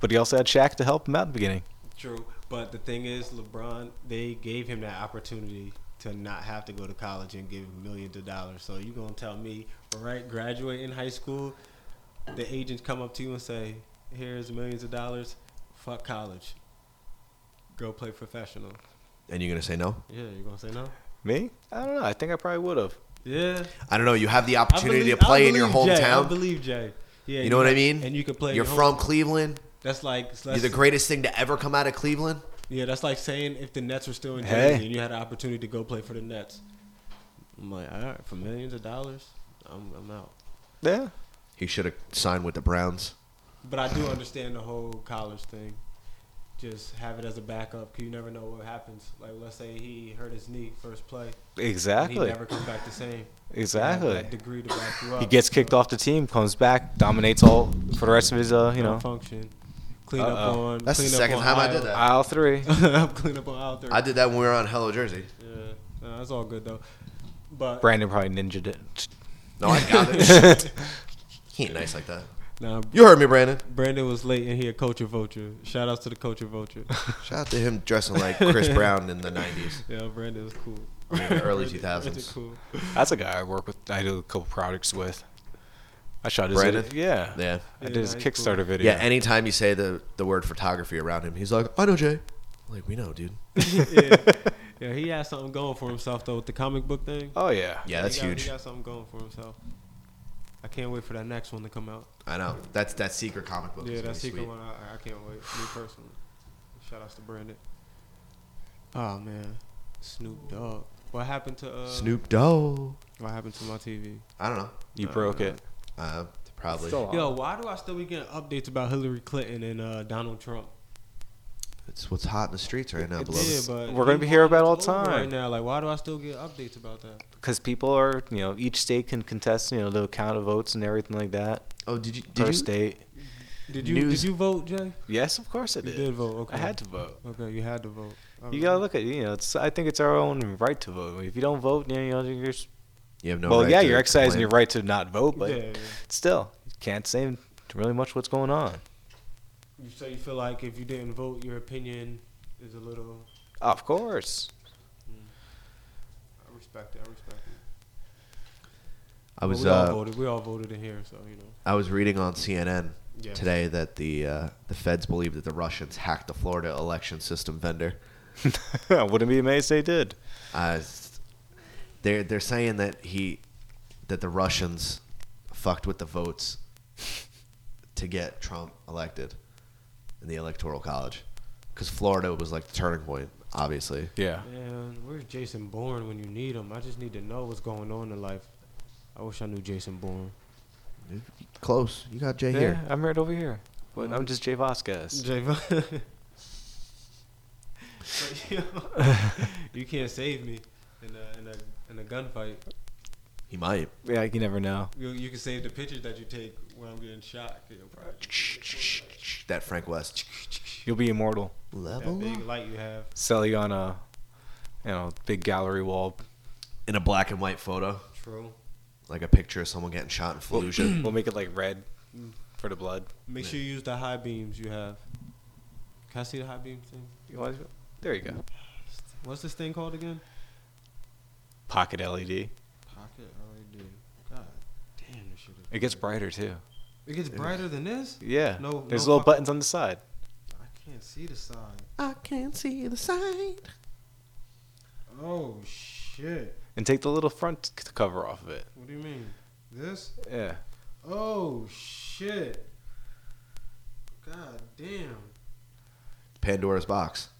but he also had Shaq to help him out in the beginning. True, but the thing is, LeBron they gave him that opportunity to not have to go to college and give him millions of dollars. So you gonna tell me, right? Graduate in high school, the agents come up to you and say, "Here's millions of dollars. Fuck college. Go play professional." And you're gonna say no? Yeah, you gonna say no? Me? I don't know. I think I probably would have. Yeah. I don't know. You have the I opportunity believe- to I play in your believe Jay. I hometown. believe Jay. Yeah, You know what I mean? And you can play. in You're your from home- Cleveland. That's like that's, You're the greatest thing to ever come out of Cleveland. Yeah, that's like saying if the Nets were still in Hey. Jersey and you had an opportunity to go play for the Nets. I'm like, all right, for millions of dollars, I'm, I'm out. Yeah. He should have signed with the Browns. But I do understand the whole college thing. Just have it as a backup. 'cause you never know what happens. Like, let's say he hurt his knee first play. And he Exactly. never comes back the same. You have Exactly. that degree to back you up. He gets kicked off the team, comes back, dominates all for the rest of his, uh, you know, function. Clean up Uh-oh. on. That's the clean up second on time I aisle. did that. aisle three. clean up on aisle thirty. I did that when we were on Hello Jersey. Yeah, no, that's all good though. But Brandon probably ninja'd it. No, I got it. he ain't nice like that. nah, You heard me, Brandon. Brandon was late and he a culture vulture. Shout outs to the culture vulture. Shout out to him dressing like Chris Brown in the '90s. yeah, Brandon was cool. mean, the early Brandon- 2000s. Brandon Cool. That's a guy I work with. I do a couple products with. I shot his Brandon? Yeah. Yeah. I did Yeah, he's his cool. Kickstarter video. Yeah. Anytime you say the the word photography around him, he's like, "I know Jay." I'm like we know, dude. yeah. yeah, he had something going for himself though with the comic book thing. oh yeah. Yeah, that's he got, huge. He got something going for himself. I can't wait for that next one to come out. I know. That's that secret comic book. yeah, is gonna that be secret sweet. one. I, I can't wait. Me personally. Shout outs to Brandon. Oh man, Snoop Dogg. What happened to uh, Snoop Dogg. What happened to my TV? I don't know. You broke it. Uh, probably. Still on. Yo, why do I still be getting updates about Hillary Clinton and uh, Donald Trump? It's what's hot in the streets right now, It's- beloved. yeah, but We're gonna he be hearing about it all won. It's over the time. right now. Like, why do I still get updates about that? because people are you know each state can contest you know the count of votes and everything like that Oh, did you? Did per you? state. Did you News- did you vote, Jay? Yes, of course I You did. did vote. Okay, I had to vote. Okay, you had to vote. All You right. gotta look at you know. It's I think it's our own right to vote. If you don't vote, you know you're. s- You have no. well, right yeah, to you're exercising your complain. right to not vote, but yeah, yeah. still, you can't say really much what's going on. You so you feel like if you didn't vote, your opinion is a little. Of course. I respect it. I respect it. I was. we all Uh, voted. We all voted in here, so you know. I was reading on CNN Yeah. today that the uh, the feds believe that the Russians hacked the Florida election system vendor. I wouldn't be amazed they did. Uh, they're they're saying that he that the Russians fucked with the votes to get Trump elected in the electoral college because Florida was like the turning point, obviously. Yeah. Man, where's Jason Bourne when you need him? I just need to know what's going on in life. I wish I knew Jason Bourne. Close. You got Jay Yeah, here. I'm right over here. But I'm just Jay Vasquez. Javon. But, you know, you can't save me in a in a in a gunfight. He might. Yeah, you never know. You you can save the pictures that you take when I'm getting shot. You know, probably That Frank West. You'll be immortal. Level that up. big light you have. Sell you on a, you know, big gallery wall. in a black and white photo, True. like a picture of someone getting shot in Fallujah. We'll make it like red for the blood. Make sure you use the high beams you have. Can I see the high beam thing? You want to- There you go. What's this thing called again? Pocket E LED. Pocket LED. God damn, this shit is. It gets brighter too. It gets brighter than this. Yeah. No- There's no little fuck- buttons on the side. I can't see the side. I can't see the sign. Oh shit! And take the little front c- cover off of it. What do you mean? This? Yeah. Oh shit! God damn! Pandora's box.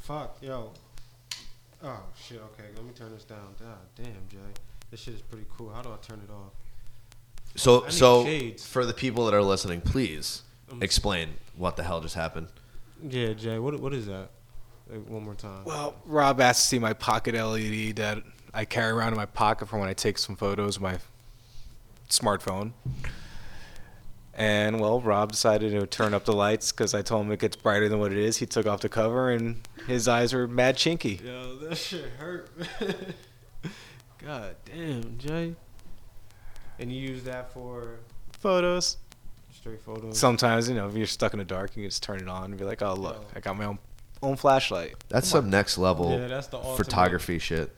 Fuck yo! Oh shit! Okay, let me turn this down. God damn, Jay, this shit is pretty cool. How do I turn it off? I So, need so shades. for the people that are listening, please Um, explain what the hell just happened. Yeah, Jay, what what is that? Like, one more time. Well, Rob asked to see my pocket LED that I carry around in my pocket for when I take some photos with my smartphone. And well, Rob decided to turn up the lights because I told him it gets brighter than what it is. He took off the cover, and his eyes were mad chinky. Yo, that shit hurt. God damn, Jay. And you use that for Photos. straight photos. Sometimes, you know, if you're stuck in the dark, you can just turn it on and be like, "Oh, look, Yeah. I got my own own flashlight." That's some next level Yeah, that's the ultimate. photography shit.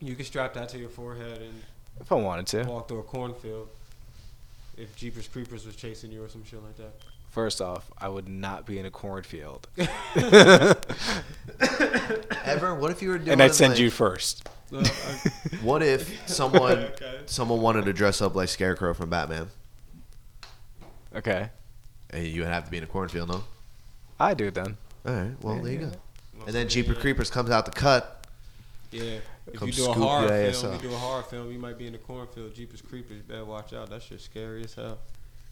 You can strap that to your forehead and If I wanted to. walk through a cornfield if Jeepers Creepers was chasing you or some shit like that. First off, I would not be in a cornfield, Ever? What if you were doing? and I'd send like- you first. Well, I- What if someone Okay. someone wanted to dress up like Scarecrow from Batman, Okay. and you would have to be in a cornfield? No. I do then. All right. Well, there you go. And then Jeeper Creepers comes out the cut. Yeah. If Come you do a scoop horror your film, ass up. you do a horror film, you might be in the cornfield. Jeepers Creepers, you better watch out. That shit's scary as hell.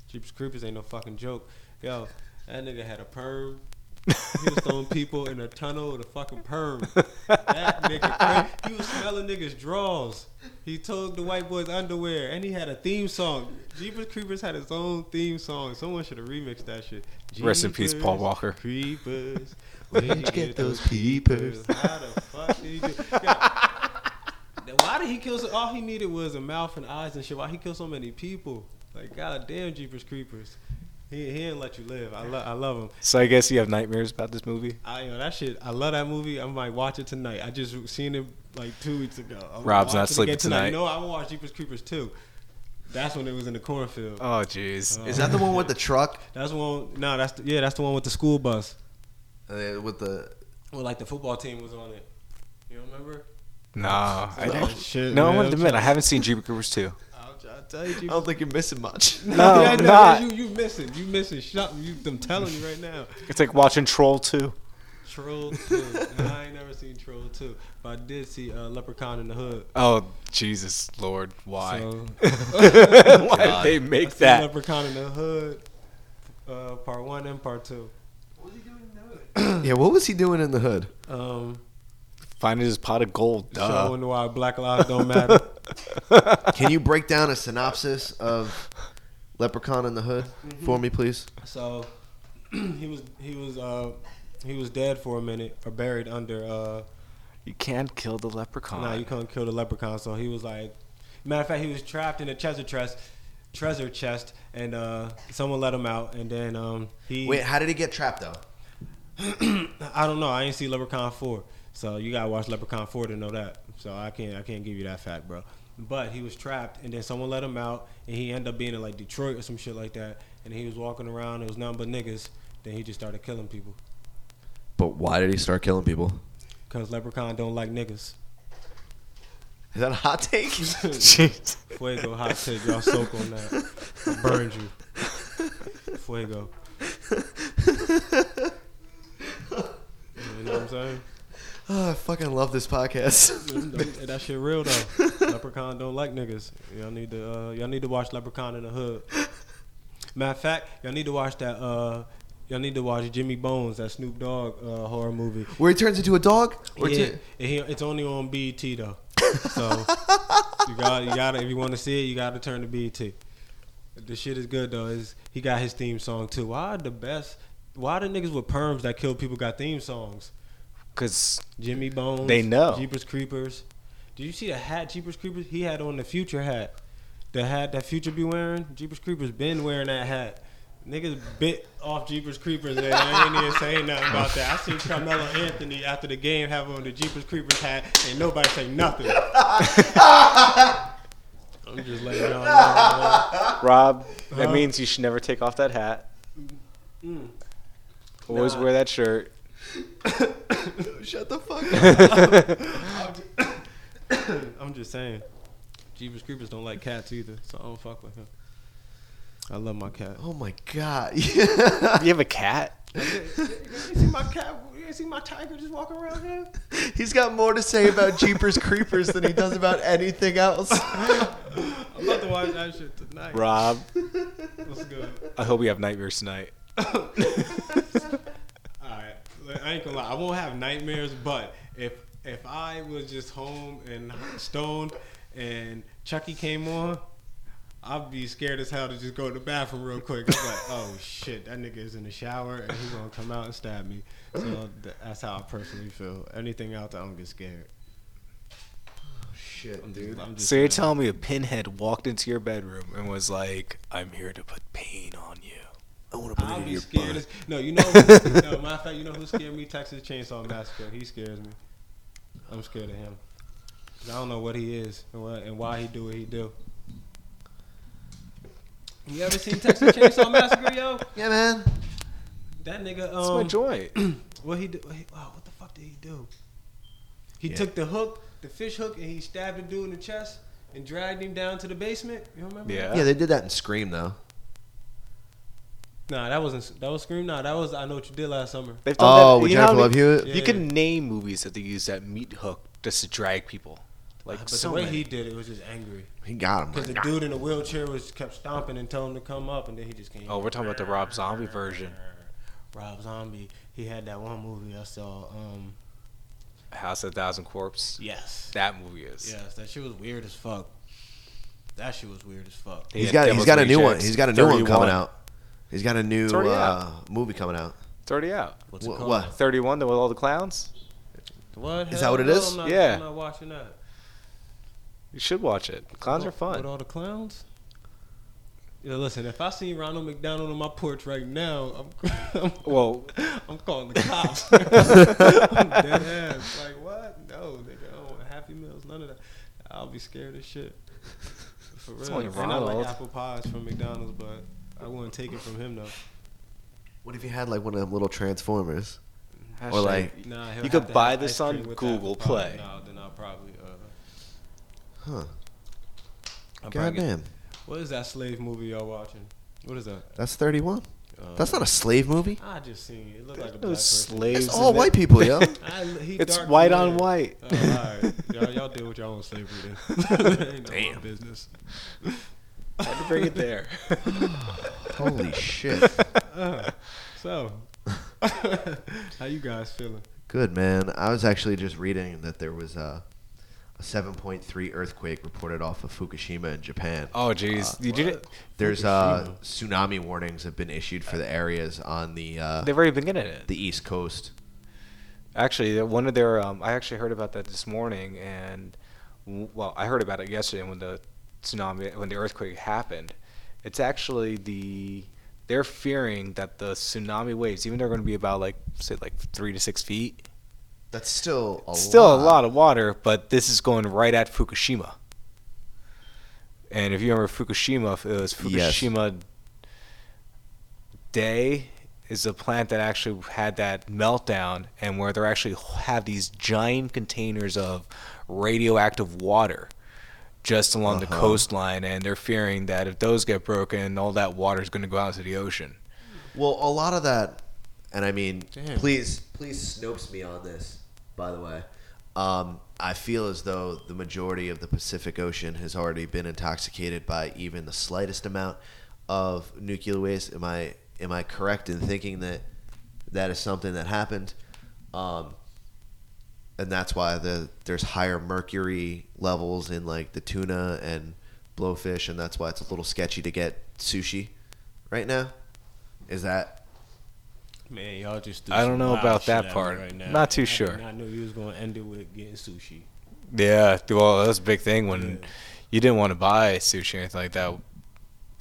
Jeepers Creepers ain't no fucking joke. Yo, that nigga had a perm. He was throwing people in a tunnel with a fucking perm. That nigga, cra- he was smelling niggas' draws. He took the white boy's underwear, and he had a theme song. Jeepers Creepers had his own theme song. Someone should have remixed that shit. Rest in peace, Paul Walker. Creepers. Where'd you get those peepers? How the fuck did he do? Yo, then why did he kill? So, all he needed was a mouth and eyes and shit. Why he killed so many people? Like goddamn, Jeepers Creepers. He he didn't let you live. I love I love him. So I guess you have nightmares about this movie. I yo, that shit. I love that movie. I might watch it tonight. I just seen it like two weeks ago. I'm gonna watch it Rob's not again sleeping tonight. No, I'm gonna watch Jeepers Creepers too. That's when it was in the cornfield. Oh jeez. Is that the one with the truck? That's one. No, that's the, yeah. That's the one with the school bus. Uh, with the Well, like the football team was on it. You don't remember? Nah. I Oh, shit, no, man, I want to I'm admit I haven't seen Jeepers Creepers two. I'll, I'll tell you. I don't think you're missing much. No, yeah, I'm no, not. You, you missing. You missing. Shut, you, I'm telling you right now. It's like watching Troll two. Troll 2. And I ain't never seen Troll 2. But I did see uh, Leprechaun in the Hood. Oh Jesus Lord, why? So, why did they I make seen that? Leprechaun in the Hood, uh, part 1 and part 2. What was he doing now? yeah. What was he doing in the hood? Um, Finding his pot of gold. Duh. Showing why black lives don't matter. Can you break down a synopsis of Leprechaun in the Hood Mm-hmm. for me, please? So he was he was uh, he was dead for a minute or buried under uh, You can't kill the leprechaun. Nah, you couldn't kill the leprechaun. So he was like, matter of fact, he was trapped in a treasure chest, treasure chest, and uh, someone let him out. And then um, he, Wait, how did he get trapped though? I don't know. I ain't see Leprechaun four, so you gotta watch Leprechaun four to know that. So I can't, I can't give you that fact, bro. But he was trapped, and then someone let him out, and he ended up being in like Detroit or some shit like that. And he was walking around. It was nothing but niggas. Then he just started killing people, But why did he start killing people? cause Leprechaun don't like niggas. Is that a hot take? Jeez. Fuego hot take, y'all soak on that. I burned you. Fuego. You know what I'm saying? oh, I fucking love this podcast. Don't- that shit real though. Leprechaun don't like niggas. Y'all need to uh, y'all need to watch Leprechaun in the Hood. Matter of fact, y'all need to watch that. Uh, y'all need to watch Jimmy Bones, that Snoop Dogg uh, horror movie. Where he turns into a dog? Or Yeah, t- and he- it's only on BET though. So you got you got to if you want to see it, you got to turn to BET. The shit is good though. It's, he got his theme song too. Why the best? Why the niggas with perms that kill people got theme songs? Cause Jimmy Bones. They know. Jeepers Creepers. Did you see the hat Jeepers Creepers? He had on the Future hat. The hat that Future be wearing. Jeepers Creepers been wearing that hat. Niggas bit off Jeepers Creepers and I ain't even saying nothing about that. I seen Carmelo Anthony after the game have on the Jeepers Creepers hat and nobody say nothing. I'm just letting y'all know. man. Rob, that Huh? Mm. means you should never take off that hat. Always Nah. wear that shirt. Shut the fuck up. I'm just saying. Jeepers Creepers don't like cats either, so I don't fuck with him. I love my cat. oh my god. You have a cat? You see my cat? You see my tiger just walking around here? He's got more to say about Jeepers Creepers than he does about anything else. I'm about to watch that shit tonight. Rob, What's good? I hope you have nightmares tonight. All right, Like, I ain't gonna lie. I won't have nightmares, but if if I was just home and stoned and Chucky came on, I'd be scared as hell to just go to the bathroom real quick. I'm like, oh shit, that nigga is in the shower and he's gonna come out and stab me. So th- that's how I personally feel. Anything else, I don't get scared. Shit, I'm just, I'm just So you're telling me a pinhead walked into your bedroom and was like, I'm here to put pain on you. I want to put I'll it in be your scared. butt. As, no, you know. no, matter of fact, you know who scared me? Texas Chainsaw Massacre. He scares me. I'm scared of him. 'Cause I don't know what he is and, what, and why he do what he do. You ever seen Texas Chainsaw Massacre, yo? Yeah, man. That nigga. That's my Um, joint. Oh, what he do? He, wow, what the fuck did he do? He took the hook, the fish hook, and he stabbed a dude in the chest and dragged him down to the basement. You remember? that? Yeah. Yeah, they did that in Scream though. Nah, that wasn't that was Scream. Nah, that was I know what you did last summer. They've Oh, with know how Jennifer they- Love Hewitt? You Yeah. can name movies that they use that meat hook just to drag people. Like But so the way many. he did it was just angry He got him. because the dude in the wheelchair was kept stomping and telling him to come up, and then he just came. Oh, we're talking about the Rob Zombie version. Rob Zombie. He had that one movie I saw. Um, House of a Thousand Corpses. yes, That movie is. yes, that shit was weird as fuck. That shit was weird as fuck. He He's had got he's Devil's got a new one. Rejects, He's got a new one 31. coming out. He's got a new It's already uh, movie coming out. It's already out. What's Wh- it called? what? 31 with all the clowns. What? Hell Is that what it no, is? I'm not, Yeah. I'm not watching that. You should watch it. Clowns are With- With fun. all the clowns. Yeah, listen. If I see Ronald McDonald on my porch right now, I'm, I'm, Well, I'm calling the cops. I'm dead ass. Like what? No, nigga. I don't want Happy Meals. None of that. I'll be scared as shit. For real. only And I Ronald. like apple pies from McDonald's, but I wouldn't take it from him though. What if you had like one of them little transformers? hashtag- like- Nah, he'll You have could to have buy this ice cream on with the Google apple pie. Play. No, then I'll probably. Uh, Huh? I'll probably get- Goddamn, What is that slave movie y'all watching? What is that? Uh, that's thirty one. That's not a slave movie. I just seen it. It looked like a There's black no person. slaves. It's all in white it. people, yo. I, he It's dark white on red. white. Oh, all right, y'all, y'all deal with y'all own slavery then. Damn business. Had to bring it there. Holy shit. Uh, So, how you guys feeling? Good man. I was actually just reading that there was a, a 7.3 earthquake reported off of Fukushima in Japan. Oh, jeez. you did it. There's uh, tsunami warnings have been issued for the areas on the uh, They've already been getting it. the east coast. Actually, one of their um, I actually heard about that this morning, and w- well, I heard about it yesterday when the tsunami, when the earthquake happened. It's actually the they're fearing that the tsunami waves, even they're going to be about like say like three to six feet, That's still a still lot. a lot of water, but this is going right at Fukushima. And if you remember Fukushima, if it was Yes. Fukushima Day is the plant that actually had that meltdown and where they actually have these giant containers of radioactive water just along the Uh-huh. coastline and they're fearing that if those get broken all that water is going to go out into the ocean. Well, a lot of that, and I mean, please, please, Snopes me on this. By the way, um, I feel as though the majority of the Pacific Ocean has already been intoxicated by even the slightest amount of nuclear waste. Am I am I correct in thinking that that is something that happened? Um, and that's why the there's higher mercury levels in like the tuna and blowfish, and that's why it's a little sketchy to get sushi right now. Is that Man, y'all just. I don't know about that part. Not too sure. I knew you was gonna end it with getting sushi. Yeah, well, that was a big thing when you didn't want to buy sushi or anything like that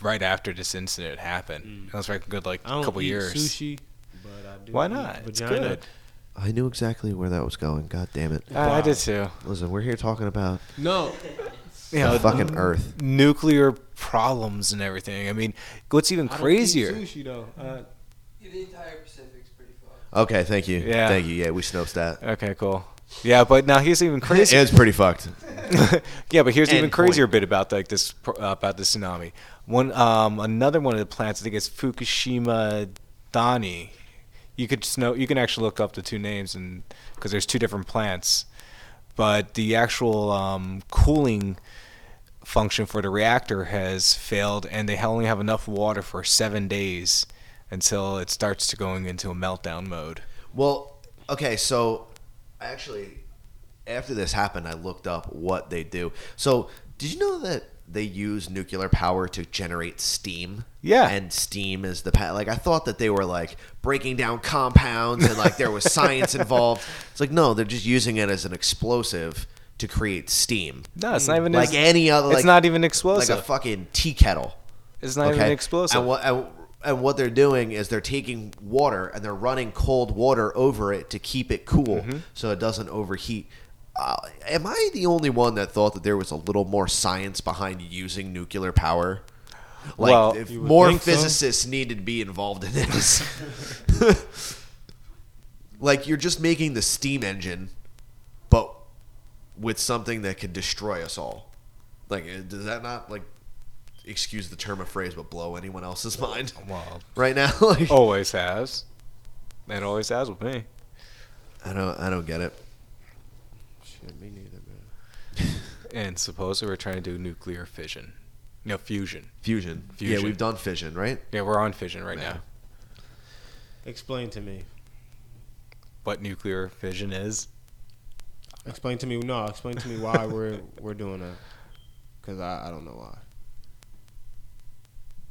right after this incident happened. That was like a good like Mm. I don't couple eat years. sushi, but I do. Why eat not? It's vagina. good. I knew exactly where that was going. God damn it! Uh, I, I did too. Listen, we're here talking about No, You know, the Mm. fucking Earth. nuclear problems and everything. I mean, what's even I don't eat crazier? Sushi though. Uh, Yeah, the entire Pacific's pretty fucked. Okay, thank you. Yeah. thank you. Yeah, we snopes that. Okay, cool. Yeah, but now here's even crazier. It's pretty fucked. yeah, but here's an even End crazier point. bit about like this pro- about the tsunami. One, um, another one of the plants. I think it's Fukushima Dani. You could just know. You can actually look up the two names, and because there's two different plants, but the actual um, cooling function for the reactor has failed, and they only have enough water for seven days until it starts to going into a meltdown mode. Well, okay, so actually, after this happened, I looked up what they do. So, did you know that they use nuclear power to generate steam? Yeah. and steam is the pa- like. I thought that they were like breaking down compounds and like there was science involved. It's like no, they're just using it as an explosive to create steam, No, it's not even like any other. It's like- not even like explosive. a fucking tea kettle. it's not even explosive. And what, and, and what they're doing is they're taking water and they're running cold water over it to keep it cool so it doesn't overheat. Uh, am I the only one that thought that there was a little more science behind using nuclear power? Like, Well, if would more think so. physicists needed to be involved in this. like, you're just making the steam engine, but with something that could destroy us all. Like, does that eh, not, like, excuse the term of phrase, but blow anyone else's mind Well, right now. like, always has. It always has with me. I don't, I don't get it. Shit, me neither, man. And supposedly we're trying to do nuclear fission. No, fusion. Fusion. Fusion. Yeah, we've done fission, right? Yeah, we're on fission right Yeah. now. Explain to me. What nuclear fission is? Explain to me. No, explain to me why we're we're doing that. Because I, I don't know why.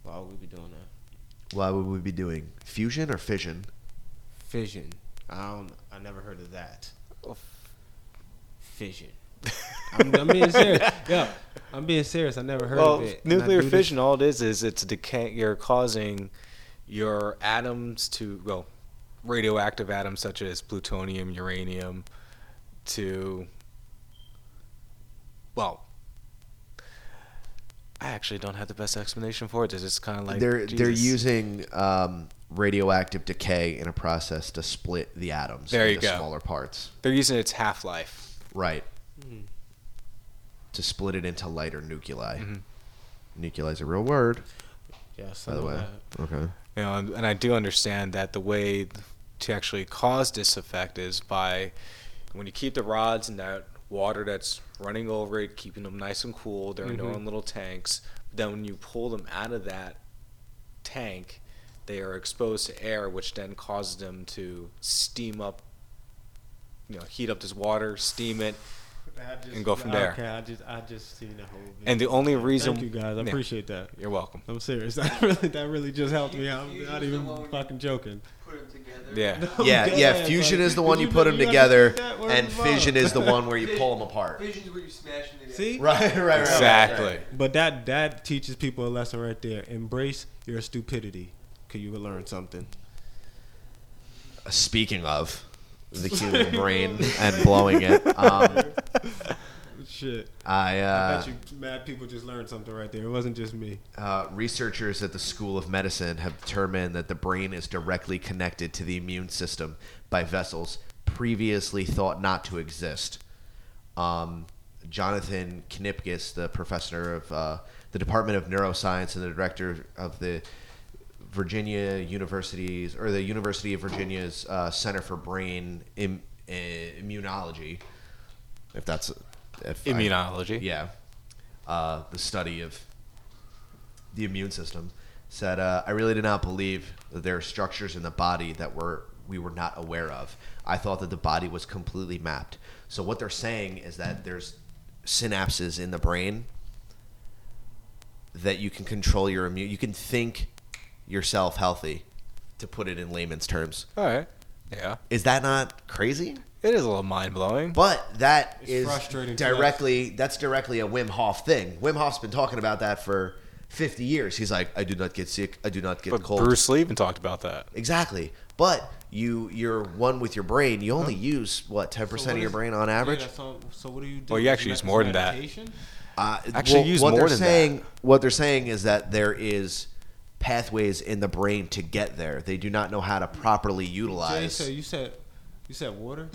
Why would we be doing that? Why would we be doing fusion or fission? Fission. I don't. I never heard of that. Fission. I'm, I'm being serious. Yo, I'm being serious. I never heard Well, of it. And I nuclear do this- fission, all it is, is it's decay. You're causing your atoms to, well, radioactive atoms such as plutonium, uranium, to, well, I actually don't have the best explanation for it. It's just kind of like they're they're Jesus. using um, radioactive decay in a process to split the atoms There you into go. smaller parts. they're using its half life. Right. Hmm. To split it into lighter nuclei. Mm-hmm. Nuclei is a real word, Yes, I by the know way. that. Okay. You know, and, and I do understand that the way to actually cause this effect is by when you keep the rods in that water that's running over it, keeping them nice and cool. They're Mm-hmm. in their own little tanks. Then when you pull them out of that tank, they are exposed to air, which then causes them to steam up. You know, heat up this water, steam it, I just- And go from there. Okay, I just I just seen the whole. Video. and the only reason Thank you guys. I Yeah, appreciate that. You're welcome. I'm serious. That really that really just helped me out. I'm You not used even the one- fucking joking. Put them together. Yeah. Yeah, Dead yeah. ass, Fusion like, is the one did you you put know- them you together, understand that word and as well? fission is the one where you pull them apart. Vision's where you smash them together. See? Right, right, right. Exactly. But that that teaches people a lesson right there. Embrace your stupidity, cause you will learn something. Speaking of the human brain and blowing it, um, Shit. I, I uh, bet you mad people just learned something right there. It wasn't just me. uh, researchers at the School of Medicine have determined that the brain is directly connected to the immune system by vessels previously thought not to exist. Um, Jonathan Knipkus, the professor of uh, the Department of Neuroscience and the director of the Virginia University's or the University of Virginia's uh, Center for Brain Im- uh, Immunology, if that's if I- Immunology. yeah, uh, the study of the immune system said, uh, I really did not believe that there are structures in the body that were we were not aware of. I thought that the body was completely mapped. So what they're saying is that there's synapses in the brain that you can control your immune. You can think yourself healthy, to put it in layman's terms. All right. Yeah. Is that not crazy? It is a little mind blowing. But that It's is frustrating to directly that's directly a Wim Hof thing. Wim Hof's been talking about that for 50 years. He's like, I do not get sick. I do not get But cold. Bruce Lee even talked about that. Exactly. But you you're one with your brain. You only use what 10% So what of your is- brain on average. Yeah, so, so what do you do? Well, you actually use more than that. Meditation? Uh, Actually well, use what more they're than that. saying what they're saying is that there is pathways in the brain to get there. They do not know how to properly Jay, utilize. so you said you said water.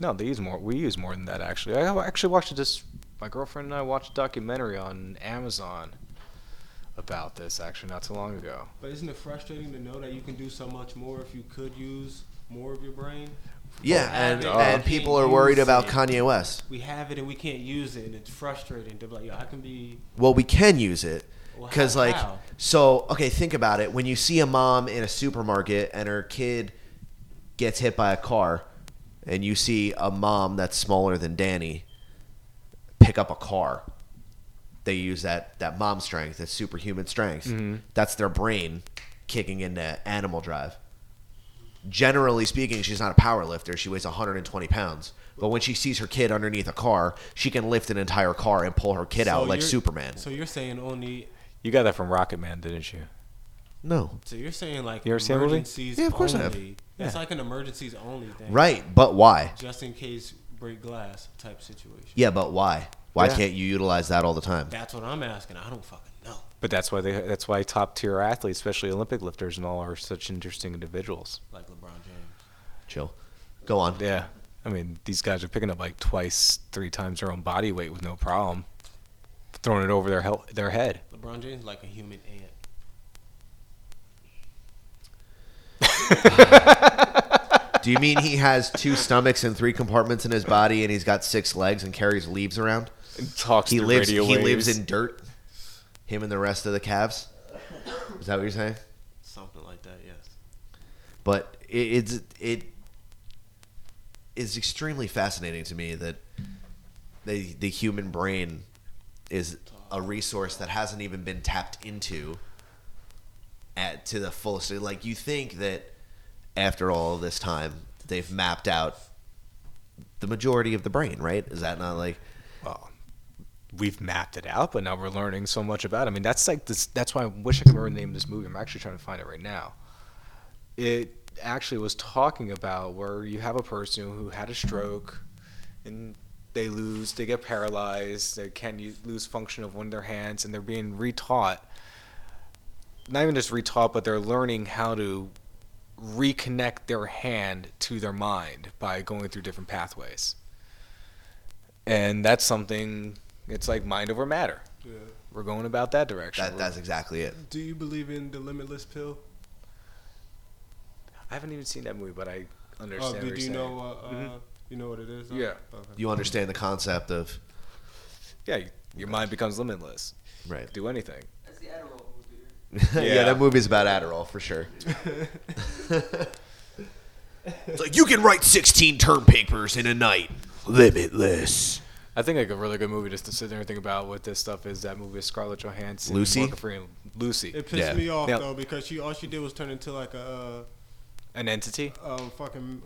No, they use more. We use more than that actually. I actually watched this. My girlfriend and I watched a documentary on Amazon about this actually not too long ago. But isn't it frustrating to know that you can do so much more if you could use more of your brain? yeah, and Duh. and people are worried Use about it. Kanye West. We have it and we can't use it, and it's frustrating to be like, yo, I can be. well we can use it Well, because how- like how? so okay think about it when you see a mom in a supermarket and her kid gets hit by a car and you see a mom that's smaller than danny pick up a car they use that that mom strength that superhuman strength Mm-hmm. that's their brain kicking into animal drive generally speaking, she's not a power lifter. She weighs 120 pounds. But when she sees her kid underneath a car, she can lift an entire car and pull her kid So out like you're- Superman. So you're saying only. You got that from Rocket Man, didn't you? No. So you're saying like You ever seen that movie? emergencies Yeah, of course I only. have. It's like an emergencies only thing. Right, but why? Just in case break glass type situation. Yeah, but why? Why Yeah. can't you utilize that all the time? That's what I'm asking. I don't fucking know. But that's why they. That's why top tier athletes, especially Olympic lifters and all, are such interesting individuals. Like LeBron James. Chill. Go on. Yeah. I mean, these guys are picking up like twice, three times their own body weight with no problem, throwing it over their hel- their head. LeBron James like a human ant. Do you mean he has two stomachs and three compartments in his body, and he's got six legs and carries leaves around? And talks He through lives. radio He waves. lives in dirt. Him and the rest of the calves. Is that what you're saying? Something like that, yes. But it, it's it is extremely fascinating to me that the the human brain is a resource that hasn't even been tapped into at to the fullest. Like you think that after all this time they've mapped out the majority of the brain, right? Is that not like well, we've mapped it out, but now we're learning so much about. It. I mean, that's like this. That's why I wish I could remember the name of this movie. I'm actually trying to find it right now. It actually was talking about where you have a person who had a stroke, and they lose, they get paralyzed, they can u- lose function of one of their hands, and they're being retaught. Not even just retaught, but they're learning how to reconnect their hand to their mind by going through different pathways and that's something it's like mind over matter Yeah. we're going about that direction that? That's exactly it. Do you believe in the limitless pill? i haven't even seen that movie but i Oh, understand what do, you're do you saying. Mm-hmm. know uh, uh, you know what it is? Yeah. Okay. You understand the concept of yeah y- your mind becomes limitless right? do anything That's the Adderall movie. yeah. Yeah. that movie's about Adderall for sure. it's like you can write 16 term papers in a night. Limitless. i think like a really good movie just to sit there and think about what this stuff is that movie with scarlett johansson Lucy? Morgan Freeman, lucy It pissed Yeah. me off Yeah. though because she all she did was turn into like a an entity uh, um, fucking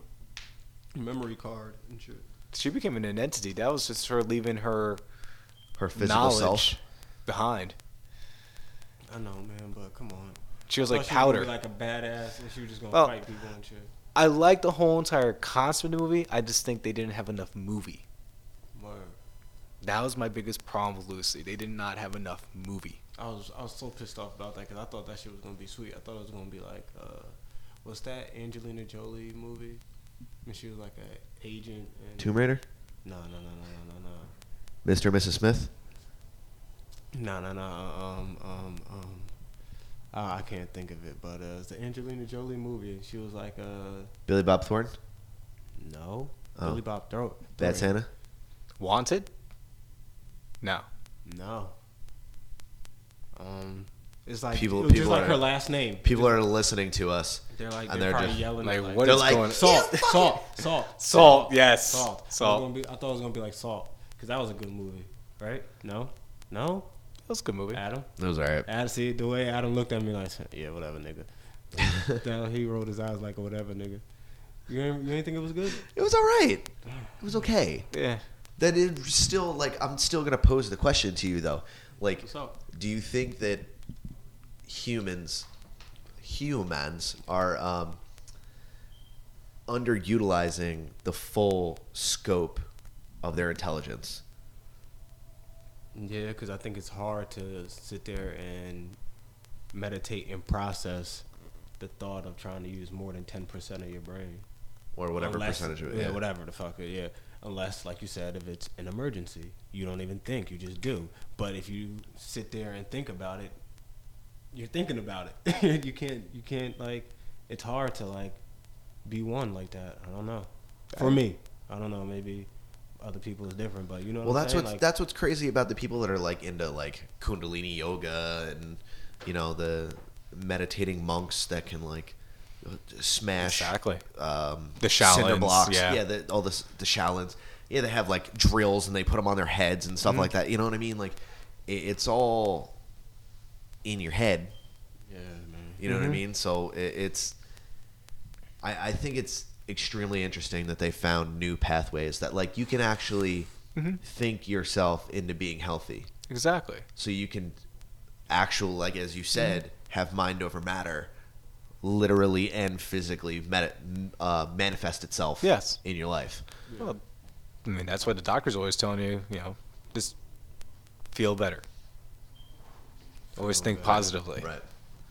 memory card and shit. she became an entity that was just her leaving her Her physical knowledge self. behind I know, man, but come on. she was Thought like she was gonna be powder like a badass, and she was just gonna Well- fight people and shit. i like the whole entire concept of the movie i just think they didn't have enough movie Word. That was my biggest problem with Lucy. They did not have enough movie. I was I was so pissed off about that because I thought that shit was gonna be sweet. I thought it was gonna be like, uh, what's that Angelina Jolie movie? And she was like a agent. And Tomb Raider? No, no, no, no, no, no, no. Mr. and Mrs. Smith? No, no, no. Um, um, um. Uh, I can't think of it, but uh, it's the Angelina Jolie movie. She was like, uh, Billy Bob Thornton? no, Oh. Billy Bob Throat. Bad Santa? Wanted? No. No. Um, it's like people. It People- was just people like her are- last name. People are listening to us. They're like and they're, they're probably just- yelling Like, at, like what They're is like- going on? salt, salt, salt, Salt, yes. salt. Salt. I, was gonna be, I thought it was gonna be like salt because that was a good movie, right? No, no, That was a good movie. Adam. That was all right. Adam, see the way Adam looked at me like, yeah, whatever, nigga. Down he rolled his eyes like, whatever, nigga. You ain't, you ain't think it was good? It was all right. It was okay. Yeah. That is still like, I'm still going to pose the question to you though. Like, What's up? do you think that humans humans are um, underutilizing the full scope of their intelligence Yeah, because I think it's hard to sit there and meditate and process the thought of trying to use more than ten percent of your brain. or whatever Unless- percentage of it Yeah, yeah, whatever the fuck. Yeah, unless like you said, if it's an emergency, you don't even think, you just do. But if you sit there and think about it, you're thinking about it. you can't. You can't like. It's hard to like be one like that. I don't know. For me, I don't know. Maybe other people is different, but you know. well what I'm that's saying? what's Like, that's what's crazy about the people that are like into like kundalini yoga and you know the meditating monks that can like uh, smash Exactly. um, The cinder Shaolins, blocks. yeah. the, all this the Shaolins. Yeah, they have like drills and they put them on their heads and Mm-hmm. stuff like that. You know what I mean? Like it, it's all in your head. Yeah, man. You know Mm-hmm. what I mean? So it, it's. I, I think it's extremely interesting that they found new pathways that like you can actually Mm-hmm. think yourself into being healthy Exactly. so you can actual like as you said have mind over matter literally and physically met, uh, manifest itself Yes. in your life Well, I mean, that's what the doctor's always telling you, you know, just feel better. Always think positively. right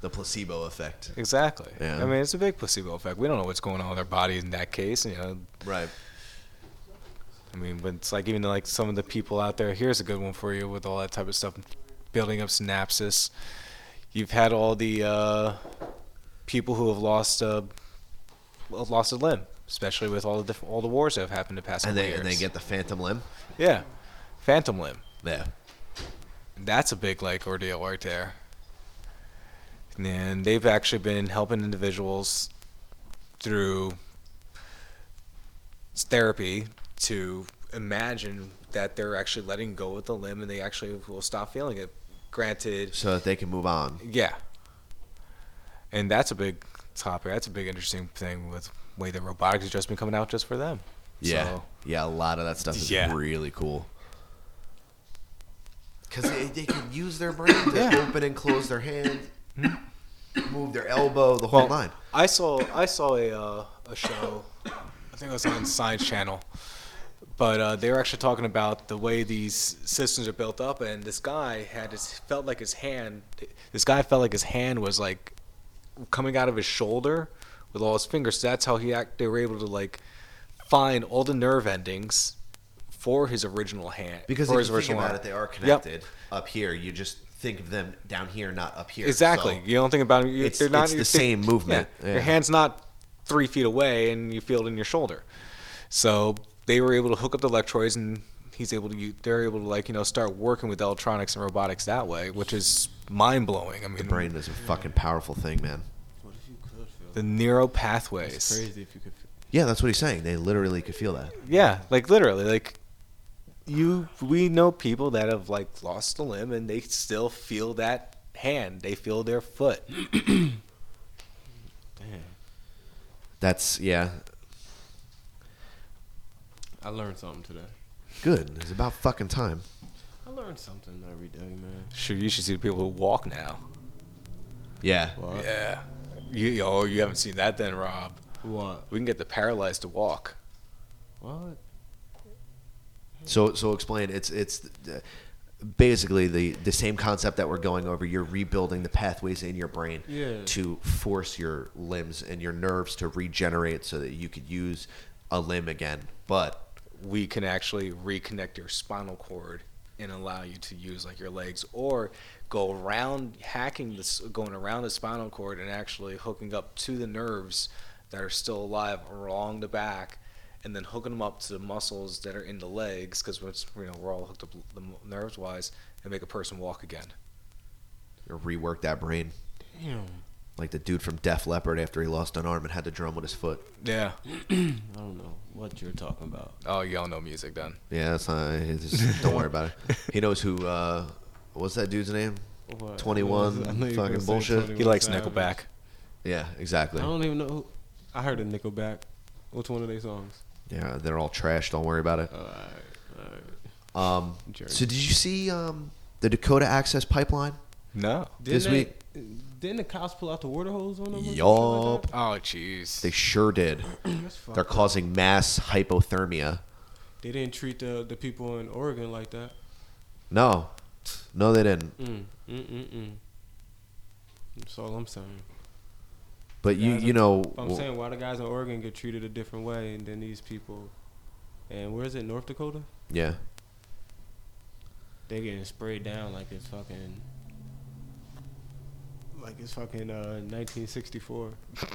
the placebo effect Exactly. Yeah. I mean, it's a big placebo effect. We don't know what's going on with our body in that case. You know, right I mean, but it's like even like some of the people out there. Here's a good one for you with all that type of stuff. building up synapses. You've had all the uh, people who have lost a well, lost a limb, especially with all the diff- all the wars that have happened the past. and couple they and they years. get the phantom limb. yeah, phantom limb. Yeah. That's a big like ordeal right there. And they've actually been helping individuals through therapy to imagine that they're actually letting go of the limb and they actually will stop feeling it. Granted, So that they can move on. yeah. And that's a big topic. That's a big interesting thing with way that robotics has just been coming out just for them. Yeah. So, yeah, a lot of that stuff is Yeah. really cool. Because they, they can use their brain to open and close their hand, Hmm? move their elbow, the whole line. I saw I saw a uh, a show. I think it was on Science Channel, but uh, they were actually talking about the way these systems are built up, and this guy had his felt like his hand. This guy felt like his hand was like coming out of his shoulder with all his fingers. So that's how he act. They were able to like find all the nerve endings for his original hand. Because for if his you think original about arm. it, they are Yep. connected up here. You just think of them down here, not up here. Exactly. So- you don't think about it. You, It's- they're not it's the they- same movement. yeah. Yeah. Your hand's not three feet away, and you feel it in your shoulder. So they were able to hook up the electrodes, and he's able to. u- They're able to like you know start working with electronics and robotics that way, which is mind blowing. I mean, the brain is a fucking powerful thing, man. What if you could feel? the neural It's pathways. crazy if you could. Feel. Yeah, that's what he's saying. They literally could feel that. Yeah, like literally, like you. We know people that have like lost a limb, and they still feel that hand. They feel their foot. Damn, That's, yeah, I learned something today. good. It's about fucking time. I learned something every day, man. Sure, you should see the people who walk now. Yeah. What? Yeah. You, oh, you haven't seen that then, Rob. What? We can get the paralyzed to walk. What? So so explain. It's it's uh, basically the the same concept that we're going over. You're rebuilding the pathways in your brain Yeah. to force your limbs and your nerves to regenerate so that you could use a limb again. But We can actually reconnect your spinal cord and allow you to use like your legs or go around hacking this going around the spinal cord and actually hooking up to the nerves that are still alive along the back and then hooking them up to the muscles that are in the legs because you know we're all hooked up the nerves wise and make a person walk again you rework that brain Damn. like the dude from Def Leppard after he lost an arm and had to drum with his foot. yeah I don't know what you're talking about. oh y'all know music then Yeah, that's not. it's Just, don't worry about it. He knows who. Uh, what's that dude's name? Uh, What? 21 I know you fucking were gonna say bullshit. He 21 he likes Savage. nickelback Yeah, I exactly. don't even know. Who, I heard a Nickelback. What's one of their songs? Yeah, they're all trash. Don't worry about it. All right, all right. Um, Jerk. so did you see um, the Dakota Access Pipeline? no This Didn't week- they- didn't the cops pull out the water hose on them? or something like Yup. that? Oh, jeez. They sure did. That's fucked They're up. causing mass hypothermia. They didn't treat the the people in Oregon like that. No, no, they didn't. Mm, mm, mm, mm. That's all I'm saying. But you, Guys, you know, I'm saying why the guys in Oregon get treated a different way and then these people, and where is it, North Dakota? yeah, They getting sprayed down like it's fucking, like it's fucking uh, 1964. you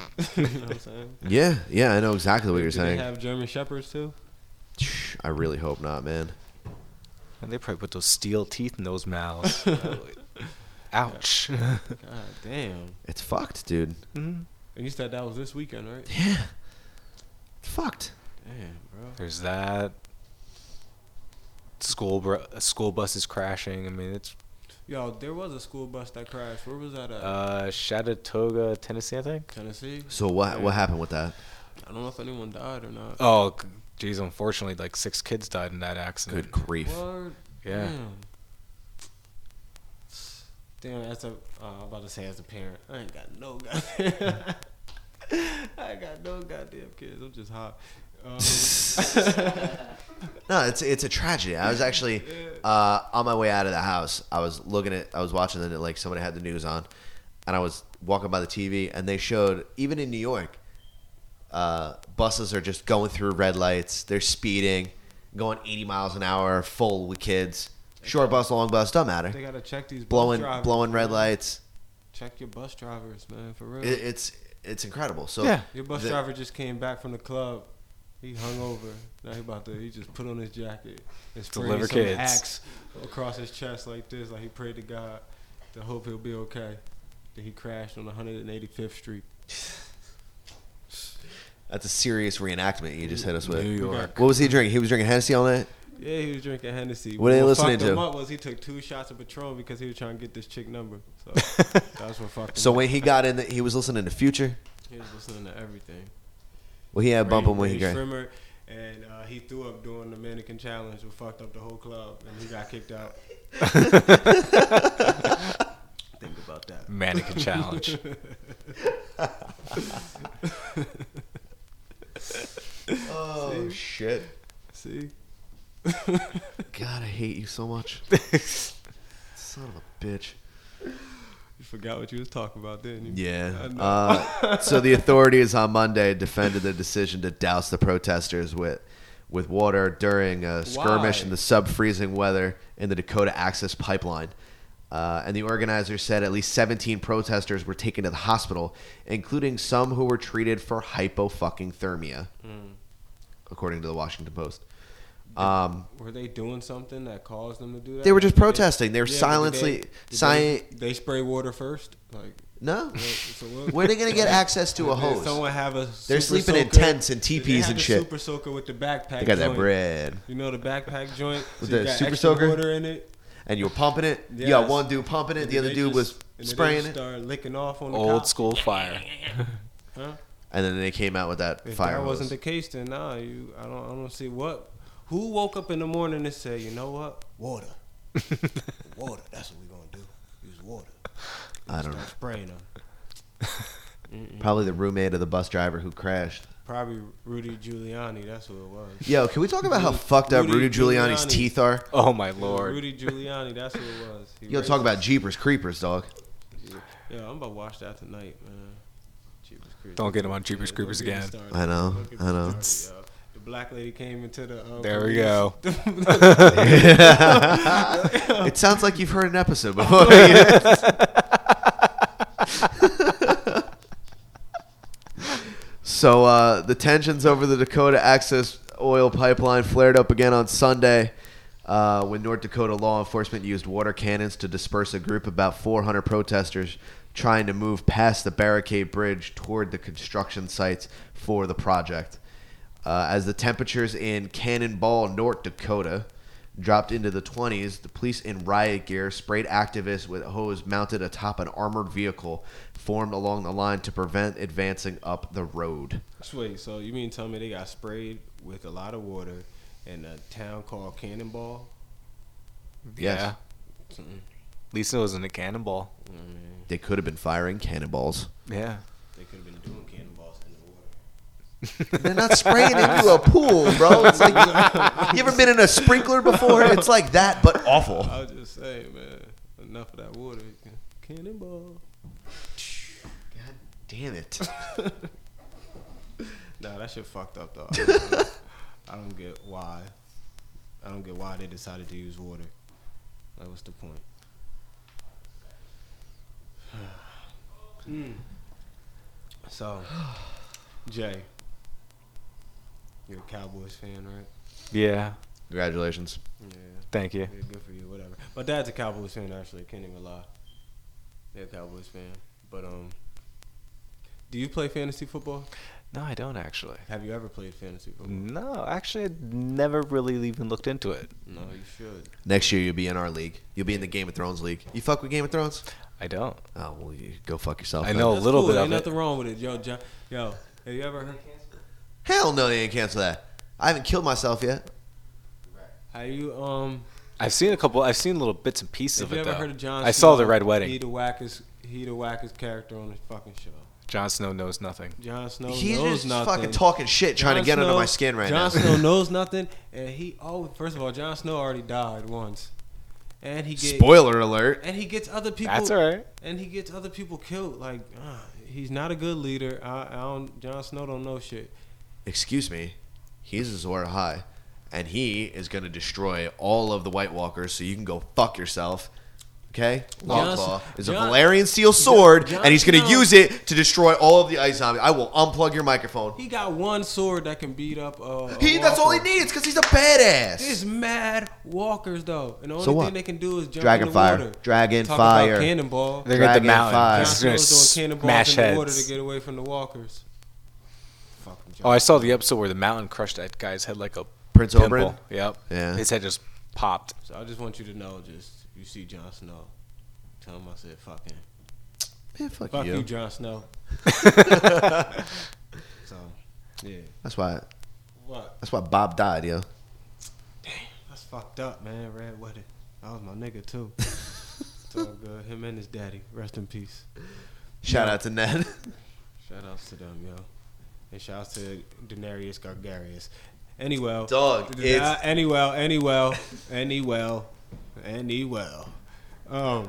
know what I'm saying? yeah, yeah. I know exactly what you're Do they saying. have German shepherds too? Shh, I really hope not, man. And they probably put those steel teeth in those mouths. Ouch. Mm-hmm. God damn. It's fucked, dude. And you said that was this weekend, right? Yeah, it's fucked. Damn, bro. There's that. School br- a school bus is crashing. I mean, it's Yo, there was a school bus that crashed. Where was that at? uh, Chattatoga, Tennessee, I think. Tennessee. So what, what happened with that? I don't know if anyone died or not. Oh, g- geez, unfortunately, like six kids died in that accident. Good grief. Word. Yeah. Damn. Damn, as a, uh, I'm about to say as a parent, I ain't got no goddamn, I ain't got no goddamn kids. I'm just Um, hot. Um, No, it's it's a tragedy. I was actually uh, on my way out of the house. I was looking at, I was watching it like somebody had the news on, and I was walking by the TV, and they showed even in New York, uh, buses are just going through red lights. They're speeding, going 80 miles an hour, full with kids. Short bus, long bus, don't matter. They gotta check these bus Blowing, drivers, blowing red man. lights. Check your bus drivers, man, for real. It, it's it's incredible. So Yeah. your bus the- driver just came back from the club. He hung over. Now he about to. He just put on his jacket and sprayed Deliver some kids. axe across his chest like this, like he prayed to God to hope he'll be okay. Then he crashed on 185th Street. that's a serious reenactment you just hit us with. New got- York. What was he drinking? He was drinking Hennessy all night. Yeah, he was drinking Hennessy. What are they What listening fucked him to? up was he took two shots of Patron because he was trying to get this chick number. So that's what fucked him So up. when he got in, the, he was listening to Future. he was listening to everything. Well, he had bump him when he Ray- Ray got. Shrimmer, and uh, he threw up doing the mannequin challenge, which fucked up the whole club, and he got kicked out. Hmm. Think about that. Mannequin challenge. Oh shit! See, God, I hate you so much. Son of a bitch. you forgot what you was talking about, didn't you? Yeah. I know. Uh, so the authorities on Monday defended their decision to douse the protesters with with water during a skirmish Why? in the sub-freezing weather in the Dakota Access Pipeline. Uh, and the organizers said at least 17 protesters were taken to the hospital, including some who were treated for hypothermia, Hmm. according to the Washington Post. Um, Were they doing something that caused them to do that? They were just Did protesting. They were but did silently- did si- They, they spray water first, like. no, what- so what- where are they going to get access to a Did hose? Someone have a. super They're sleeping in soaker? tents and Did they teepees have and the shit. Super soaker with the backpack. They got that joint? bread. You know the backpack joint. With So the you got super extra soaker? water in it. and you were pumping it. You Yes. got one dude pumping it, the other They dude just- was and they spraying just it, Started licking off on the Old cop. school fire. and then they came out with that If fire that hose. wasn't the case, then nah, you. I don't. I don't see what. Who woke up in the morning and said, you know what? Water. water. That's what we're going to do. Use water. I don't know. Start spraying them. Probably the roommate of the bus driver who crashed. Probably Rudy Giuliani. That's who it was. Yo, can we talk about how fucked up Rudy Rudy Giuliani's Giuliani. teeth are? Oh my lord. Rudy Giuliani. That's who it was. He Yo, talk racist. about Jeepers Creepers, dog. Yeah, I'm about to watch that tonight, man. Jeepers Creepers. Don't get him on Jeepers Yeah, Creepers don't get me again. started. I know, Don't get me I know. started, yo. The black lady came into the. Uh, There we go. it sounds like you've heard an episode before. so uh, the tensions over the Dakota Access oil pipeline flared up again on Sunday. Uh, when North Dakota law enforcement used water cannons to disperse a group of about 400 protesters trying to move past the barricade bridge toward the construction sites for the project. Uh, as the temperatures in Cannonball, North Dakota, dropped into the 20s, the police in riot gear sprayed activists with a hose mounted atop an armored vehicle formed along the line to prevent advancing up the road. Just Wait, so you mean tell me they got sprayed with a lot of water in a town called Cannonball? Yeah. At least it wasn't a cannonball. They could have been firing cannonballs. Yeah. They could have been doing cannonballs in the water. They're not spraying into a pool, bro. It's like you ever been in a sprinkler before? It's like that, but awful. I was just saying, man, enough of that water. Cannonball. God damn it. Nah, that shit fucked up though. I don't, I don't get why. I don't get why they decided to use water. Like, what's the point? Mm. So, Jay, you're a Cowboys fan, right? Yeah. Congratulations. Yeah, Thank you. yeah, good for you. Whatever. My dad's a Cowboys fan. Actually, can't even lie. They're a Cowboys fan. But um, do you play fantasy football? No, I don't actually. Have you ever played fantasy football? No, actually, I never really even looked into it. No, you should. Next year you'll be in our league. You'll be in the Game of Thrones league. You fuck with Game of Thrones? I don't. Oh well, you go fuck yourself. I then. know. A little bit Ain't of it. nothing wrong with it, yo, John. Yo, have you ever heard? Hell no, they didn't cancel that. I haven't killed myself yet. Have you um? I've seen a couple. I've seen little bits and pieces Have of you it ever though. heard of John? I saw the Snow? Red He Wedding. the wackest. He the wackest character on this fucking show. Jon Snow knows nothing. John Snow He's knows just nothing. fucking talking shit, trying Jon to get under Snow- my skin right Jon now. Snow knows nothing, and he oh, first of all, Jon Snow already died once, and he get, Spoiler alert. and he gets other people. That's all right. And he gets other people killed. Like uh, he's not a good leader. I, I don't. Jon Snow don't know shit. Excuse me. He's Azor High. and he is going to destroy all of the White Walkers. So you can go fuck yourself. Okay, Long Johnson- Claw is a John- Valerian steel sword, John- and he's going to no. use it to destroy all of the ice zombies. I will unplug your microphone. He got one sword that can beat up. Uh, a He, that's all he walker. needs because he's a badass. There's mad walkers though, and the only So what? thing they can do is jump Dragon in the fire. water. Dragon Talk fire. About cannonball. They're gonna hit the Dragon mountain. fire. They're John just gonna Snow's doing cannonballs smash in the water to heads. get away from the walkers. Oh, I saw the episode where the mountain crushed that guy's head like a Prince pimple. Oberyn? Yep. Yeah. His head just popped. So I just want you to know, just you see Jon Snow, tell him I said fucking Man, fuck, fuck you. you, Jon Snow. so yeah, That's why. what? That's why Bob died, yo. That's fucked up, man. Red wedding. That was my nigga too. it's all good. Him and his daddy. Rest in peace. Shout out to Ned. Shout outs to them, yo. And shout outs to Daenerys Gargarius. Anyway. Dog, it's- Anyway, anyway, anyway, anyway. Um,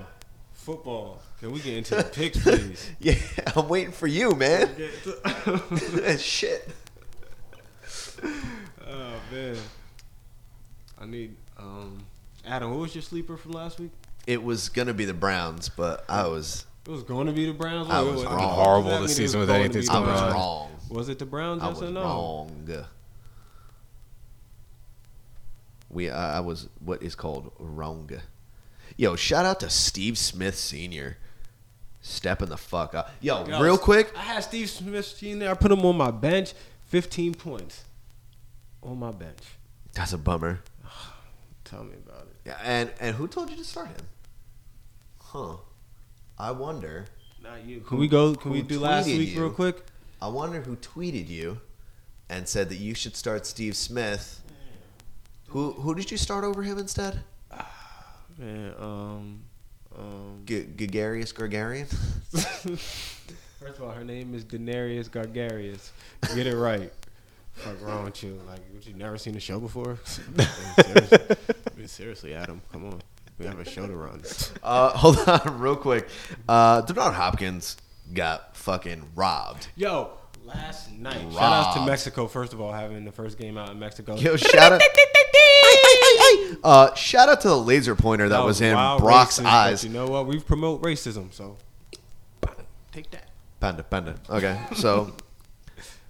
football. Can we get into the picks, please? yeah, I'm waiting for you, man. Shit. oh, man. I need, um, Adam, who was your sleeper from last week? It was gonna be the Browns, but I was It was going to be the Browns. I Wait, was wait, wrong. what does Horrible that mean this it was season with going to anything be I the was Browns? wrong. Was it the Browns? I Yes was or no? wrong. We I I was what is called wrong. Yo, shout out to Steve Smith Sr. Stepping the fuck up. Yo, Yo, real quick, I had Steve Smith in there. I put him on my bench. 15 points on my bench. that's a bummer. Tell me about it. Yeah, and and who told you to start him? Huh. I wonder. Not you. Can we go? Can we who do last tweeted week you? real quick? I wonder who tweeted you and said that you should start Steve Smith. Who who did you start over him instead? Man, um, um. G- Gregarious Gregarian? First of all, her name is Daenerys Gargarius. Get it right. Fuck wrong with you? Like, what, you never seen the show before? I mean, seriously, I mean, seriously, Adam, come on. We have a show to run. Uh, hold on, real quick. Uh, Denard Hopkins got fucking robbed. Yo, last night. Shout outs to Robbed. Mexico, first of all, having the first game out in Mexico. Yo, shout out. Uh, shout out to the laser pointer that That was in wild Brock's racist, but eyes. You know what? We promote racism, so take that. Panda, panda. Okay, so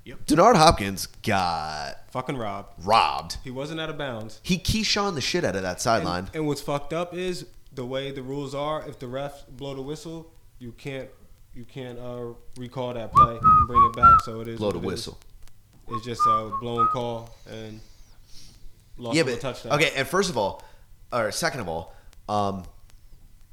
Yep. Denard Hopkins got Fucking Rob. robbed. He wasn't out of bounds. He Keyshawn the shit out of that And- sideline. And what's fucked up is the way the rules are. If the refs blow the whistle, you can't you can't uh, recall that play and bring it back. So it is Blow the what it is. whistle. It's just a blown call and lost Yeah, of a but touchdown. okay. And first of all, or second of all, um,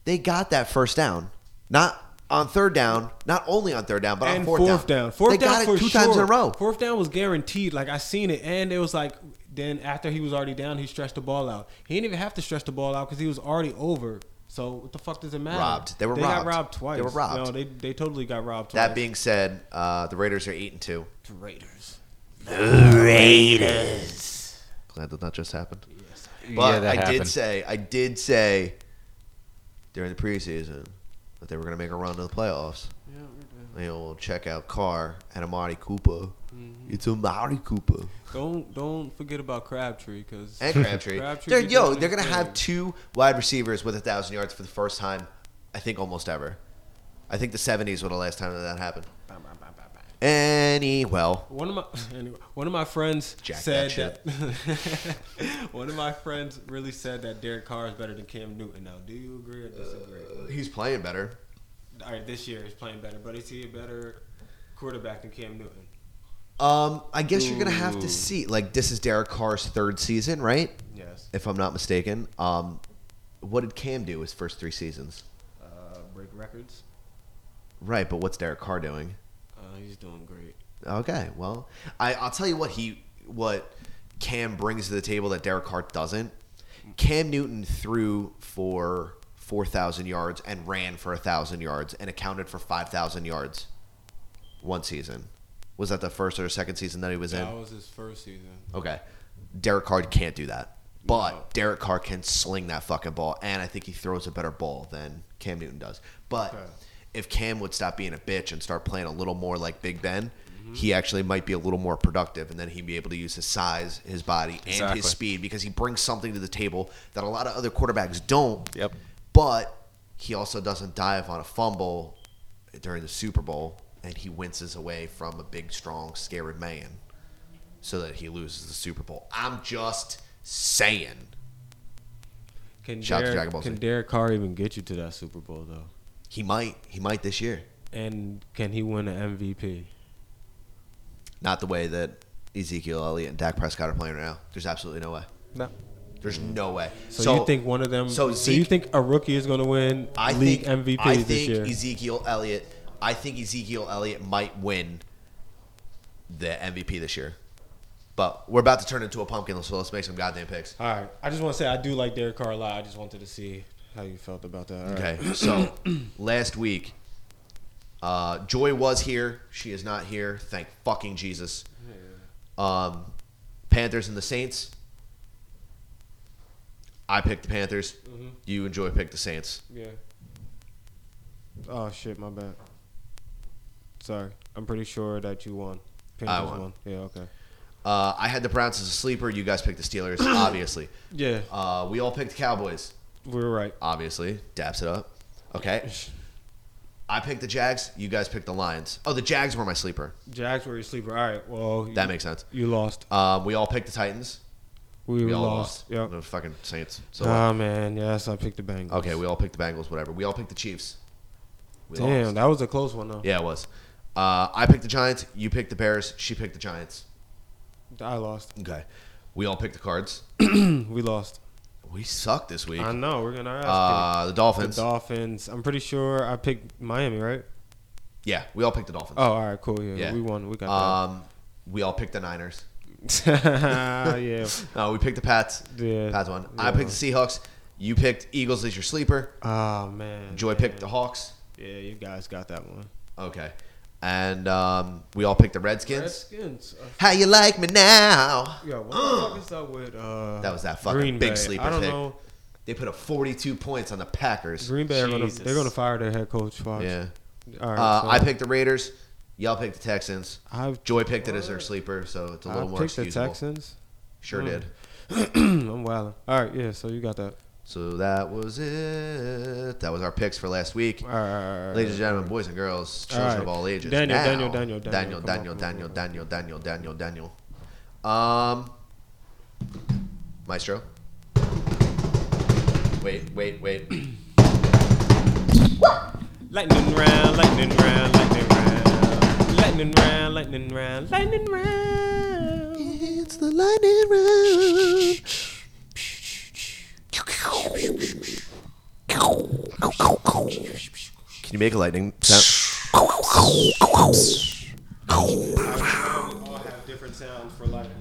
they got that first down, not on third down, not only on third down, but and on fourth, fourth, down. Fourth they down got for it two sure. times in a row. Fourth down was guaranteed. Like I seen it, and it was like then after he was already down, he stretched the ball out. He didn't even have to stretch the ball out because he was already over. So what the fuck does it matter? Robbed. They were got robbed. robbed twice. They were robbed. No, they they totally got robbed. Twice. That being said, uh, the Raiders are eight and two. the Raiders. Glad that that just happened. yeah, But that I did happened. say, I did say during the preseason that they were going to make a run to the playoffs. Yeah, we did. You know, we'll check out Carr and Amari Cooper. It's Amari Cooper Don't don't forget about Crabtree because and Crabtree. Crabtree they're did yo, that they're going to thing. have two wide receivers with a thousand yards for the first time, I think almost ever. I think the '70s were the last time that that happened. Any well, One of my anyway, one of my friends Jack said that. that one of my friends really said that Derek Carr is better than Cam Newton. Now, do you agree or disagree? he's playing better. All right, this year he's playing better, but is he a better quarterback than Cam Newton? Um, I guess you're gonna have to see. Like, this is Derek Carr's third season, right? Yes. If I'm not mistaken. Um, what did Cam do his first three seasons? Uh, break records. Right, but what's Derek Carr doing? Uh, he's doing great. Okay, well, I, I'll tell you what he what Cam brings to the table that Derek Carr doesn't. Cam Newton threw for four thousand yards and ran for thousand yards and accounted for five thousand yards one season. Was that the first or second season that he was in? That was his first season. Okay. Derek Carr can't do that. But No. Derek Carr can sling that fucking ball, and I think he throws a better ball than Cam Newton does. But Okay. if Cam would stop being a bitch and start playing a little more like Big Ben, Mm-hmm. he actually might be a little more productive, and then he'd be able to use his size, his body, and Exactly. his speed because he brings something to the table that a lot of other quarterbacks don't. Yep. But he also doesn't dive on a fumble during the Super Bowl, and he winces away from a big, strong, scary man, so that he loses the Super Bowl. I'm just saying. Can Shout out to Derek, Dragon Ball can Z. Derek Carr even get you to that Super Bowl though? He might. He might this year. And can he win an MVP? Not the way that Ezekiel Elliott and Dak Prescott are playing right now. There's absolutely no way. No. There's no way. So, you think one of them? so So, Zeke- you think a rookie is going to win I league think, MVP I this think year? Ezekiel Elliott. I think Ezekiel Elliott might win the MVP this year. But we're about to turn into a pumpkin, so let's make some goddamn picks. All right. I just want to say I do like Derek Carr a lot. I just wanted to see how you felt about that. All right. Okay, so last week, uh, Joy was here. She is not here. Thank fucking Jesus. Um, Panthers and the Saints. I picked the Panthers. Mm-hmm. You and Joy picked the Saints. Yeah. Oh shit, my bad. Sorry. I'm pretty sure that you won. Panthers won. Yeah, okay. Uh, I had the Browns as a sleeper. You guys picked the Steelers, obviously. Yeah. Uh, we all picked the Cowboys, we were right. obviously. Daps it up. Okay. I picked the Jags. You guys picked the Lions. Oh, the Jags were my sleeper. Jags were your sleeper. All right. Well, you, That makes sense. you lost. Um, we all picked the Titans. We, We all lost. lost. Yep. The fucking Saints. So Ah man, yes, I picked the Bengals. okay, we all picked the Bengals. Whatever. We all picked the Chiefs. We Damn, lost. that was a close one though. yeah, it was. Uh, I picked the Giants. You picked the Bears. She picked the Giants. I lost. Okay. We all picked the Cards. We lost. We suck this week. I know. We're gonna ask Uh, the the Dolphins. Dolphins. I'm pretty sure I picked Miami, right? yeah, we all picked the Dolphins. Oh, all right, cool. Yeah, Yeah. we won. We got Um, we all picked the Niners. that. yeah. No, we picked the Pats. Yeah. Pats one. I picked the Seahawks. You picked Eagles as your sleeper. Oh man. Joy picked the man. Hawks. Yeah, you guys got that one. Okay. And um, we all picked the Redskins. Redskins. Uh, How you like me now? Yo, what the fuck is up with uh? That was that fucking big sleeper I don't pick. know. They put up 42 points on the Packers. Green Bay are gonna Jesus. they're gonna fire their head coach. Fox. Yeah. All right. Uh, so I picked the Raiders. Y'all picked the Texans. I've- Joy picked it as their sleeper, so it's a I little more picked the excusable. Texans. Sure Mm. did. I'm wilding. All right. Yeah. So you got that. So that was it. That was our picks for last week. All right. All right, all right. Ladies and gentlemen, boys and girls, children All right. of all ages. Daniel, now, Daniel, Daniel, Daniel, come Daniel, on, Daniel, come on, Daniel, come Daniel, Daniel, Daniel, Daniel, Um, Maestro. Wait, wait, wait. Lightning round. Lightning round. Lightning round. Lightning round. Lightning round. Lightning round. It's the lightning round. Can you make a lightning sound? All have different sounds for lightning.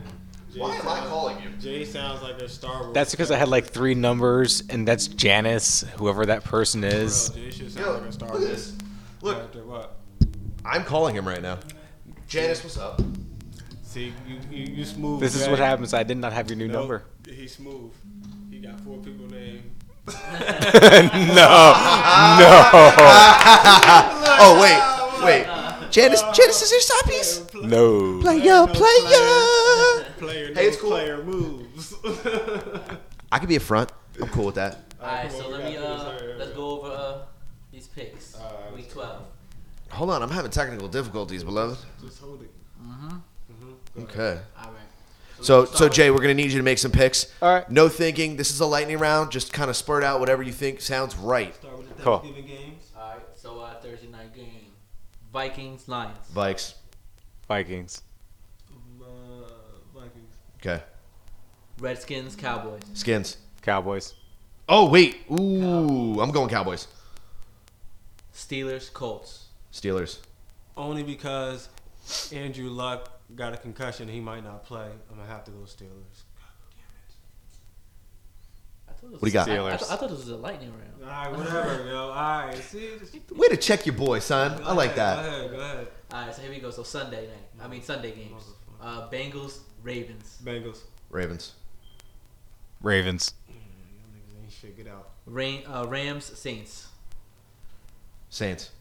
Why am I calling you? Jay sounds like a Star Wars. That's because I had like three numbers, and that's Janice, whoever that person is. Jay should sound Yo, like a Star look at Wars. this. Look, character. What? I'm calling him right now. Janice, what's up? See, you you, you smooth. This is Jay. what happens. I did not have your new Nope. number. He's smooth. He got four people named. Oh wait, wait. Janice, Janice is your stoppies. No. Player, player. Player Hey, it's knows cool. player moves. I could be a front. I'm cool with that. Alright, so let me uh, Sorry, let's go over uh, these Uh, picks. Week 12. Hold on, I'm having technical difficulties, beloved. Just hold it. Okay. Alright. So, so Jay, we're gonna need you to make some picks. All right. No thinking. This is a lightning round. Just kind of spurt out whatever you think sounds right. Start with the Cool. Thanksgiving games. Alright, so uh, Thursday night game. Vikings, Lions. Vikes. Vikings. Uh, Vikings. Okay. Redskins, Cowboys. Skins. Cowboys. Oh wait. Ooh, I'm going Cowboys. Steelers, Colts. Steelers. Only because Andrew Luck got a concussion, he might not play. I'm gonna have to go Steelers. I thought it was What do you got? I, I, Steelers. th- I thought this was a lightning round. All right, whatever, yo. All right, see. Just, Way to check your boy, son. I like that. Go ahead, go ahead. Alright, so here we go. So Sunday night. I mean Sunday games. Uh, Bengals, Ravens. Bengals. Ravens. Ravens. Niggas ain't shit. Get out. Rain, uh, Rams, Saints. Saints.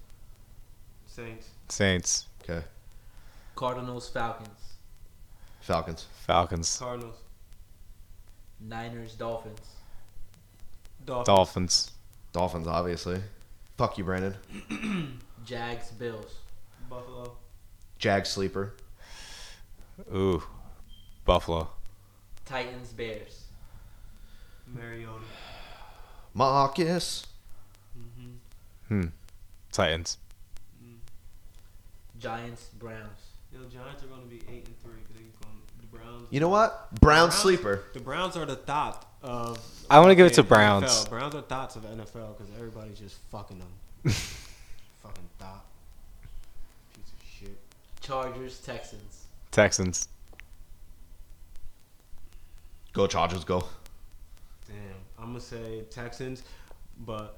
Saints. Saints. Okay. Cardinals, Falcons, Falcons. Falcons, Cardinals, Niners, Dolphins. Dolphins, Dolphins, Dolphins, obviously. Fuck you, Brandon. Jags, Bills. Buffalo, Jag sleeper. ooh, Buffalo, Titans, Bears. Mariota, Marcus. Titans, Giants, Browns. Yo, Giants are going to be eight and three. 'cause they going the Browns. You know what? Brown sleeper. The Browns are the thought of. I wanna give it to NFL. Browns. Browns are thoughts of NFL because everybody's just fucking them. fucking thought. Piece of shit. Chargers, Texans. Texans, Go Chargers, go. Damn. I'm gonna say Texans, but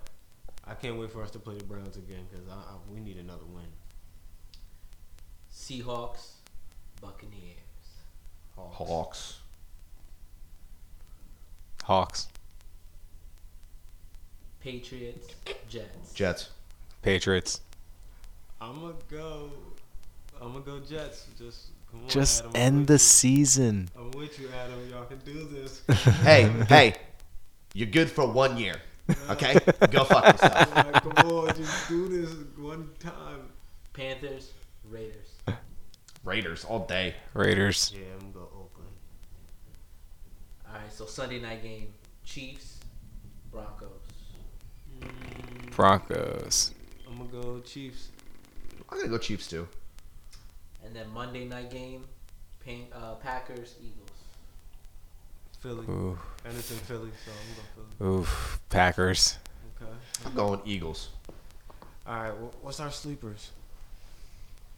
I can't wait for us to play the Browns again because I, I, we need another win. Seahawks, Buccaneers. Hawks. Hawks, Patriots, Jets. Jets. Patriots. I'm gonna go. I'm gonna go Jets. Just come on, Just Adam, I'm end with the you. season. I'm with you, Adam. Y'all can do this. Hey, hey. You're good for one year. Okay? Go fuck yourself. Like, come on, just do this one time. Panthers, Raiders. Raiders all day. Raiders, Yeah, I'm gonna go Oakland. All right, so Sunday night game. Chiefs, Broncos. Broncos, Mm, I'm gonna go Chiefs. I'm gonna go Chiefs too. And then Monday night game, Pan- uh, Packers, Eagles. Philly. ooh, And it's in Philly, so I'm going Philly. ooh, Packers, Okay. I'm going Eagles. All right. wh- what's our sleepers?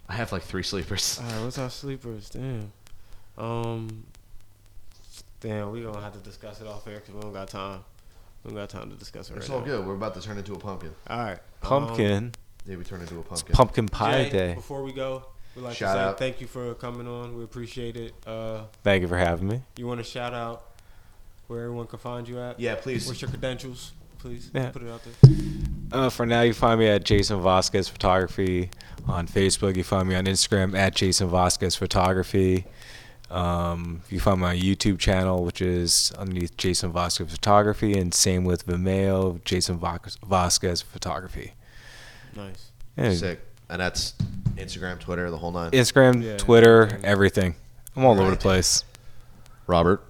I have like three sleepers. All right. What's our sleepers? Damn. Um. Damn. We gonna have to discuss it off air because we don't got time. We don't got time to discuss it right It's all now. good. We're about to turn into a pumpkin. All right. Um, pumpkin. Yeah, we turn into a It's pumpkin. pumpkin pie Jay, day. Before we go, we like Shout to say out. thank you for coming on. We appreciate it. Uh, Thank you for having me. you want to shout out where everyone can find you at? yeah, please. What's your credentials? Please Yeah. put it out there. Uh, for now, you find me at Jason Vasquez Photography on Facebook. You find me on Instagram at Jason Vasquez Photography. Um, you find my YouTube channel, which is underneath Jason Vasquez Photography, and same with Vimeo, Jason Vas- Vasquez Photography. Nice. Yeah, Sick. And that's Instagram, Twitter, the whole nine. Instagram, Yeah, Twitter, everything. everything. I'm all over the place. Robert,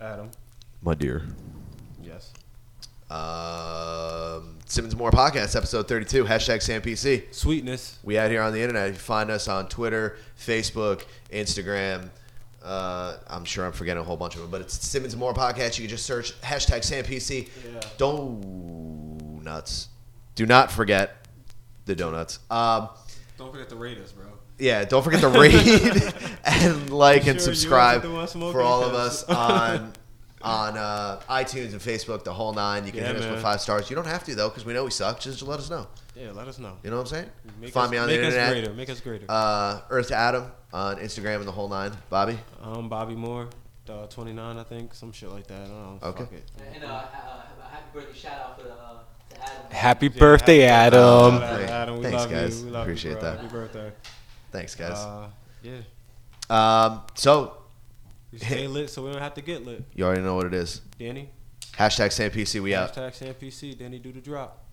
Adam. my dear. Yes. Um, Simmons More Podcast, episode 32, hashtag SamPC. Sweetness. We out here on the internet. You can find us on Twitter, Facebook, Instagram. Uh, I'm sure I'm forgetting a whole bunch of them, but it's Simmons More Podcast. You can just search hashtag SamPC. Yeah. Donuts. Do not forget the donuts. Um, Don't forget to rate us, bro. yeah, don't forget to read and like and Sure, you subscribe wasn't the one smoking for all of us this. on on uh, iTunes and Facebook, the whole nine. You can Yeah, hit us man. with five stars. You don't have to though, because we know we suck. Just let us know. Yeah. Let us know. You know what I'm saying? Make Find us, me on the make internet. us greater. Make us greater. Uh, Earth to Adam on Instagram and the whole nine. Bobby, Um, Bobby Moore, uh, 29, I think, some shit like that. I don't know. Okay. Fuck it. And uh, uh, happy birthday shout out to, uh, to Adam. Happy birthday, Adam. Shout out to Adam, we Thanks, love guys. You. We love Appreciate you, bro. that. Happy birthday. thanks guys. Uh, yeah. um, so We stay lit so we don't have to get lit. you already know what it is. Danny, Hashtag SamPC. We out. hashtag SamPC, Danny do the drop.